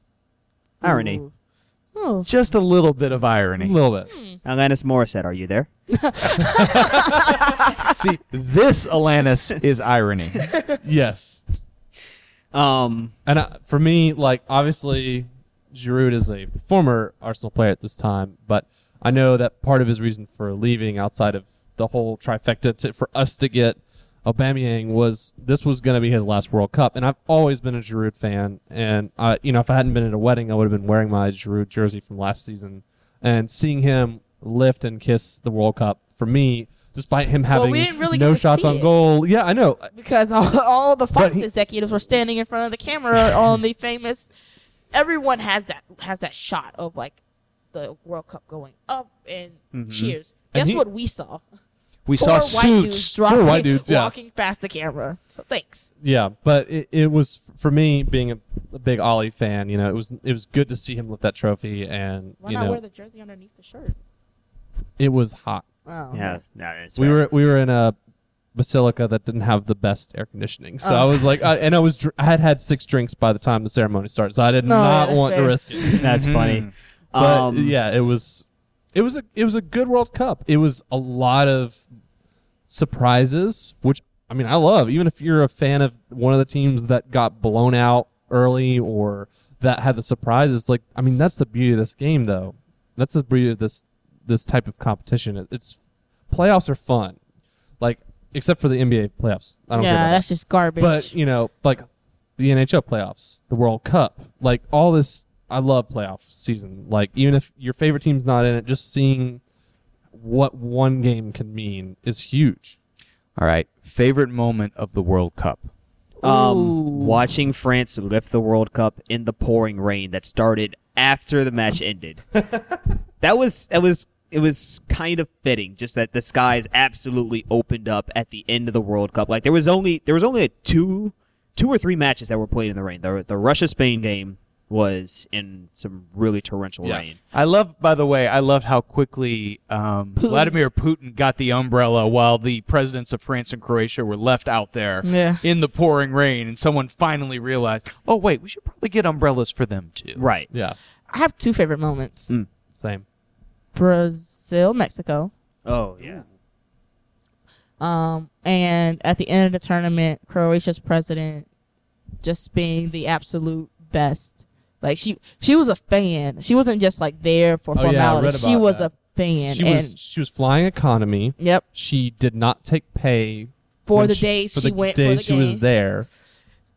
irony. Ooh. Ooh. Just a little bit of A irony. little bit. Hmm. Alanis Morissette, are you there? See, this Alanis is irony. yes. Um, And uh, for me, like obviously, Giroud is a former Arsenal player at this time, but I know that part of his reason for leaving, outside of the whole trifecta to, for us to get Aubameyang, was this was going to be his last World Cup, and I've always been a Giroud fan, and I, you know, if I hadn't been at a wedding, I would have been wearing my Giroud jersey from last season, and seeing him lift and kiss the World Cup for me. Despite him Well, having we didn't really no get to shots see on it. goal, yeah, I know. because all, all the But Fox he- executives were standing in front of the camera on the famous. Everyone has that has that shot of like the World Cup going up and cheers. Guess Mm-hmm. he- what we saw? We Four saw white dudes suits. dropping, white dudes, yeah. walking past the camera. So thanks. Yeah, but it, it was for me being a, a big Ollie fan. You know, it was it was good to see him lift that trophy, and Why you not know, wear the jersey underneath the shirt? it was hot. Oh, yeah, no, it's We fair. were we were in a basilica that didn't have the best air conditioning, so I Oh. was like, I, and I was dr- I had had six drinks by the time the ceremony started, so I did No, not that's want to fair. risk it. That's Mhm. funny. But um, yeah, it was it was a it was a good World Cup. It was a lot of surprises, which I mean I love. Even if you're a fan of one of the teams that got blown out early or that had the surprises, like I mean that's the beauty of this game, though. That's the beauty of this this type of competition. It- It's playoffs are fun, like except for the NBA playoffs. I don't care about yeah, that. that's just garbage. But you know, like the NHL playoffs, the World Cup, like all this. I love playoff season. Like even if your favorite team's not in it, just seeing what one game can mean is huge. All right. Favorite moment of the World Cup? Ooh. um, watching France lift the World Cup in the pouring rain that started after the match ended. that was that was it was kind of fitting, just that the skies absolutely opened up at the end of the World Cup. Like there was only there was only a two two or three matches that were played in the rain. The the Russia Spain game was in some really torrential Yeah. rain. I love, by the way, I loved how quickly um, Vladimir Putin got the umbrella while the presidents of France and Croatia were left out there Yeah. in the pouring rain, and someone finally realized, oh wait, we should probably get umbrellas for them too. Right. Yeah, I have two favorite moments: same. Brazil, Mexico. Oh yeah. Um, and at the end of the tournament, Croatia's president just being the absolute best. Like she, she was a fan. She wasn't just like there for Oh, yeah, I formality. read she about was a that. fan. She and was she was flying economy. yep, She did not take pay for when the she- days for she the went days for the she game. was there.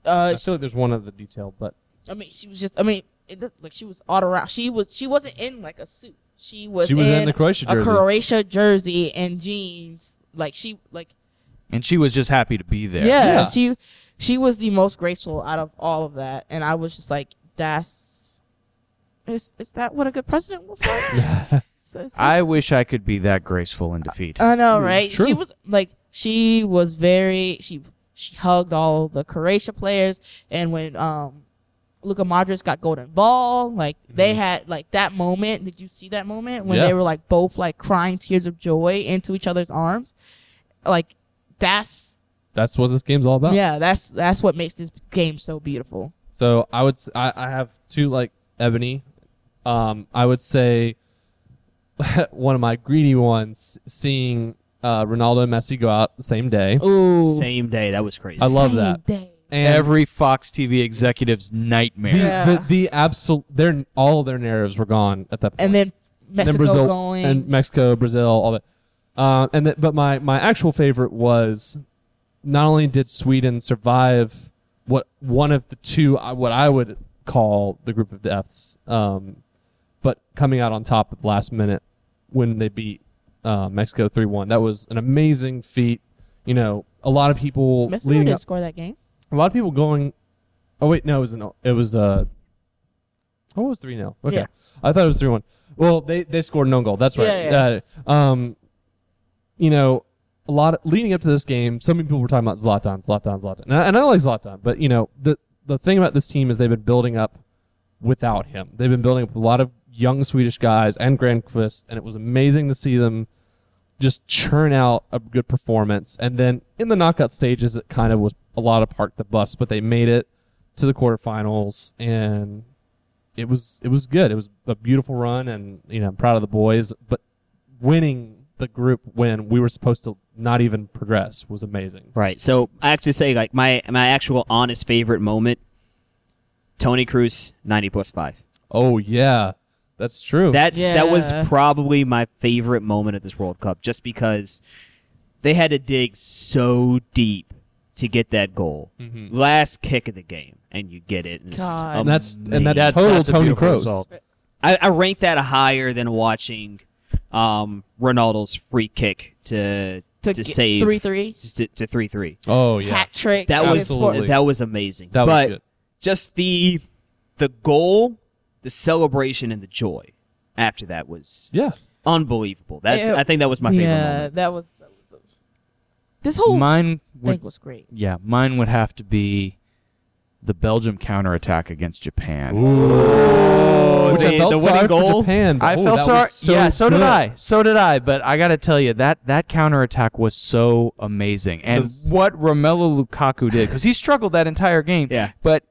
I Uh, feel like there's one other detail, but I mean, she was just. I mean, it looked like she was all around. She was. She wasn't in like a suit. She was. she was in, the Croatia a jersey. Croatia jersey and jeans. Like she, like And she was just happy to be there. yeah, Yeah. she, she was the most graceful out of all of that, and I was just like, that's, is is that what a good president looks like? It's- it's I just- wish I could be that graceful in defeat. I know, right? true. She was like, she was very, she she hugged all the Croatia players, and when um Luka Modric got golden ball. Like they had like that moment. Did you see that moment when they Yeah. were like both like crying tears of joy into each other's arms? Like that's That's what this game's all about. yeah, that's that's what makes this game so beautiful. So I would s- I, I have two like ebony. Um, I would say one of my greedy ones seeing uh, Ronaldo and Messi go out the same Oh, day. Ooh, Same day. That was crazy. I love that. Day. And Every Fox TV executive's the, nightmare. Yeah. the, the absolute their all their narratives were gone at that point. And then And Mexico Brazil going. and Mexico, Brazil, all that. Uh, and th- but my my actual favorite was not only did Sweden survive what one of the two I- what I would call the group of deaths, um, but coming out on top at the last minute when they beat uh, Mexico three one. That was an amazing feat. You know, a lot of people Mexico leading didn't up, score that game. a lot of people going. Oh wait, no, it was an, it was uh, oh, it was three 0 Okay, Yeah. I thought it was three one. Well, they they scored an own goal. That's right. Yeah, yeah, Uh, um, you know, a lot of, leading up to this game, so many people were talking about Zlatan, Zlatan, Zlatan, and I, and I like Zlatan, but you know the the thing about this team is they've been building up without him. They've been building up with a lot of young Swedish guys and Grandquist, and it was amazing to see them just churn out a good performance. And then in the knockout stages, it kind of was a lot of park the bus, but they made it to the quarterfinals, and it was it was good. It was a beautiful run, and you know I'm proud of the boys. But winning the group when we were supposed to not even progress was amazing. Right. So I have to say, like my my actual honest favorite moment, Tony Cruz ninety plus five. Oh yeah, that's true. That's that was Yeah. probably my favorite moment of this World Cup, just because they had to dig so deep to get that goal, Mhm. last kick of the game, and you get it. And it's God. amazing. and that's and that's, That's- total that's a Tony beautiful Kroos. result. I, I rank that higher than watching um, Ronaldo's free kick to to, get save three threes, to to three three. Oh yeah, hat trick. That was Absolutely. that was amazing. that but was good. just the the goal, the celebration, and the joy after that was Yeah, unbelievable. That's Yeah. I think that was my favorite yeah, moment. that was. That was this whole Mine would thing was great. Yeah, mine would have to be the Belgium counterattack against Japan. Which I the- felt the sorry winning for goal? Japan. but I oh, felt that sorry. was So yeah, so did good. I. So did I. But I got to tell you that that counterattack was so amazing, and Those- what Romelu Lukaku did because he struggled that entire game. Yeah. But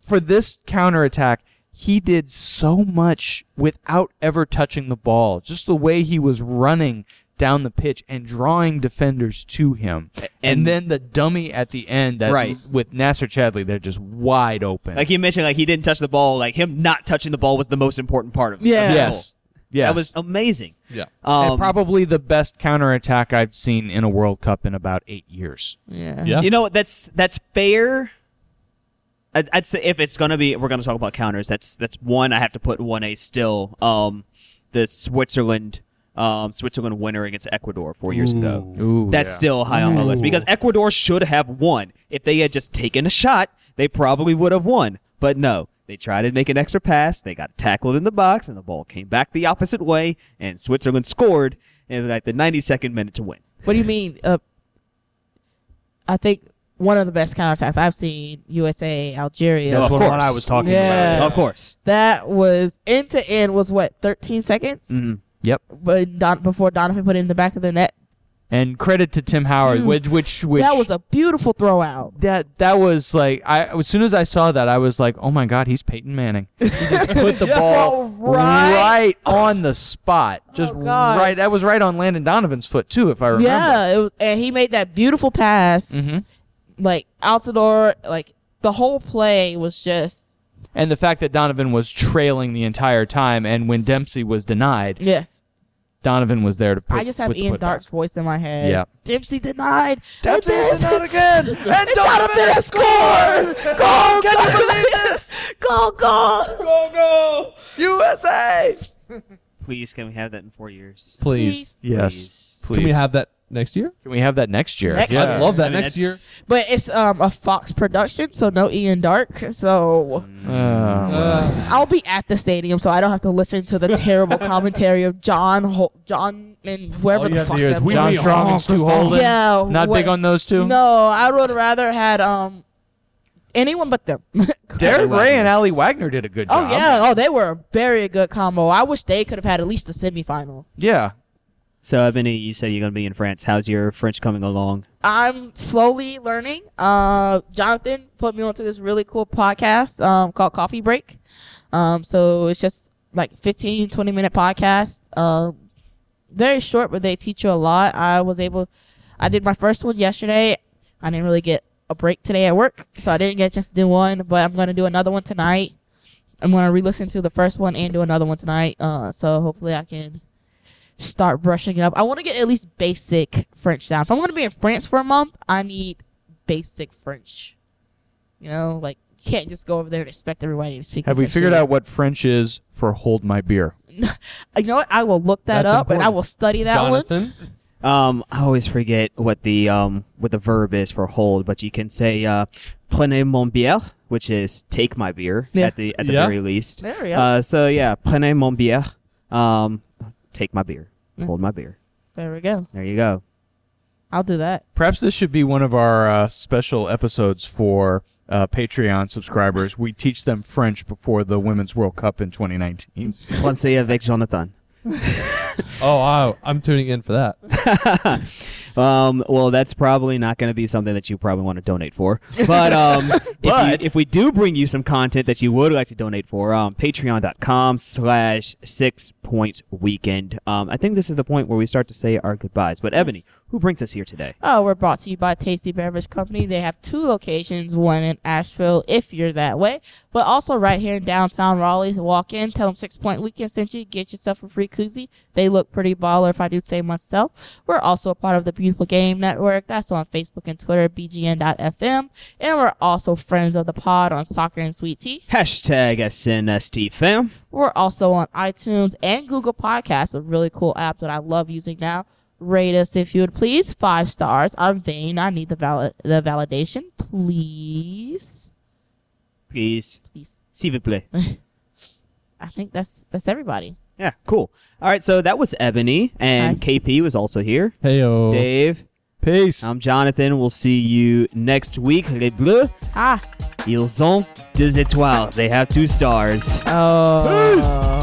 for this counterattack, he did so much without ever touching the ball. Just the way he was running down the pitch and drawing defenders to him, and, and- then the dummy at the end that Right. with Nasser Chadley, they're just wide open. Like you mentioned, like he didn't touch the ball. Like him not touching the ball was the most important part of of the Yeah. goal. yes, yes, that was amazing. Yeah. Um, and probably the best counterattack I've seen in a World Cup in about eight years. Yeah. Yeah. You know what? that's that's fair. I'd, I'd say if it's gonna be, we're gonna talk about counters. That's that's one I have to put one A still. Um, the Switzerland, um, Switzerland winner against Ecuador four years ago. Ooh, That's still high on my list because Ecuador should have won. If they had just taken a shot, they probably would have won. But no, they tried to make an extra pass. They got tackled in the box, and the ball came back the opposite way, and Switzerland scored in like the 92nd minute to win. What do you mean? Uh, I think one of the best counterattacks I've seen: USA, Algeria. No, That's of what course. I was talking Yeah. about. Of course. That was end to end was what thirteen seconds, Mm. Yep. but Don, before Donovan put it in the back of the net. And credit to Tim Howard, which which, which Hmm. that was a beautiful throw out. that that was like I as soon as I saw that I was like, oh my god, he's Peyton Manning. He just put the ball Well, right. right on the spot, just Oh, God. right. That was right on Landon Donovan's foot too, if I remember. Yeah, it was, and he made that beautiful pass. hmm Like Altidore, like the whole play was just And the fact that Donovan was trailing the entire time, and when Dempsey was denied, yes. Donovan was there to. Put, I just have put the Ian put back. Dark's voice in my head. Yeah. Dempsey denied. Dempsey It is not again, and Donovan, Donovan has has scored. Go, Can you go. believe this? Go, go. Go, go, USA! Please, can we have that in four years? Please, Yes, please. can we have that next year? Can we have that next year? Next Yeah, I love that mean, next year. that's- But it's um a Fox production, so no Ian Dark. So Uh, I'll be at the stadium, so I don't have to listen to the terrible commentary of John, Hol- John, and whoever All you the have to fuck. hear is them- we- John we Strong all and Stu Christophe. Holden. yeah, Not what- big on those two. No, I would rather had um anyone but them. Derek Wagner. Ray and Ali Wagner did a good oh job. yeah, oh they were a very good combo. I wish they could have had at least a semifinal. Yeah. So, Ebony, you said you're going to be in France. How's your French coming along? I'm slowly learning. Uh, Jonathan put me onto this really cool podcast um, called Coffee Break. Um, so it's just like 15, 20 minute podcast. Um, very short, but they teach you a lot. I was able, I did my first one yesterday. I didn't really get a break today at work, so I didn't get a chance to do one, but I'm going to do another one tonight. I'm going to re listen to the first one and do another one tonight. Uh, so hopefully I can start brushing up. I want to get at least basic French down. If I'm going to be in France for a month, I need basic French. You know, like you can't just go over there and expect everybody to speak. Have we French figured either. out what French is for hold my beer? You know what? I will look that That's up and I important. will study that one. Jonathan, Um, I always forget what the um what the verb is for hold, but you can say uh, prenez mon bière, which is take my beer Yeah. at the at the Yeah. very least. There we go. Uh, so yeah, prenez mon bière, um, take my beer, Mm. Yeah. hold my beer. there we go. There you go. I'll do that. Perhaps this should be one of our uh, special episodes for uh, Patreon subscribers. We teach them French before the Women's World Cup in 2019. Français avec Jonathan. Oh, wow. I'm tuning in for that. Um, well, that's probably not going to be something that you probably want to donate for. But, um, if, But- you, if we do bring you some content that you would like to donate for, um, patreon.com slash six point weekend. Um, I think this is the point where we start to say our goodbyes. But, Ebony, who brings us here today? Oh, we're brought to you by Tasty Beverage Company. They have two locations, one in Asheville, if you're that way, but also right here in downtown Raleigh. Walk in, tell them Six Point Weekend sent you, get yourself a free koozie. They look pretty baller, if I do say myself. We're also a part of the Beautiful Game Network. That's on Facebook and Twitter, bgn.fm. And we're also friends of the pod on Soccer and Sweet Tea. Hashtag SNST fam. We're also on iTunes and Google Podcasts, a really cool app that I love using now. Rate us if you would please. Five stars. I'm vain. I need the valid the validation. Please. Please. Please. S'il vous plaît. I think that's that's everybody. Yeah, cool. All right, so that was Ebony, and Hi. KP was also here. Hey, oh. Dave, Peace. I'm Jonathan. We'll see you next week. Les Bleus. Ah. Ils ont deux étoiles. They have two stars. Oh.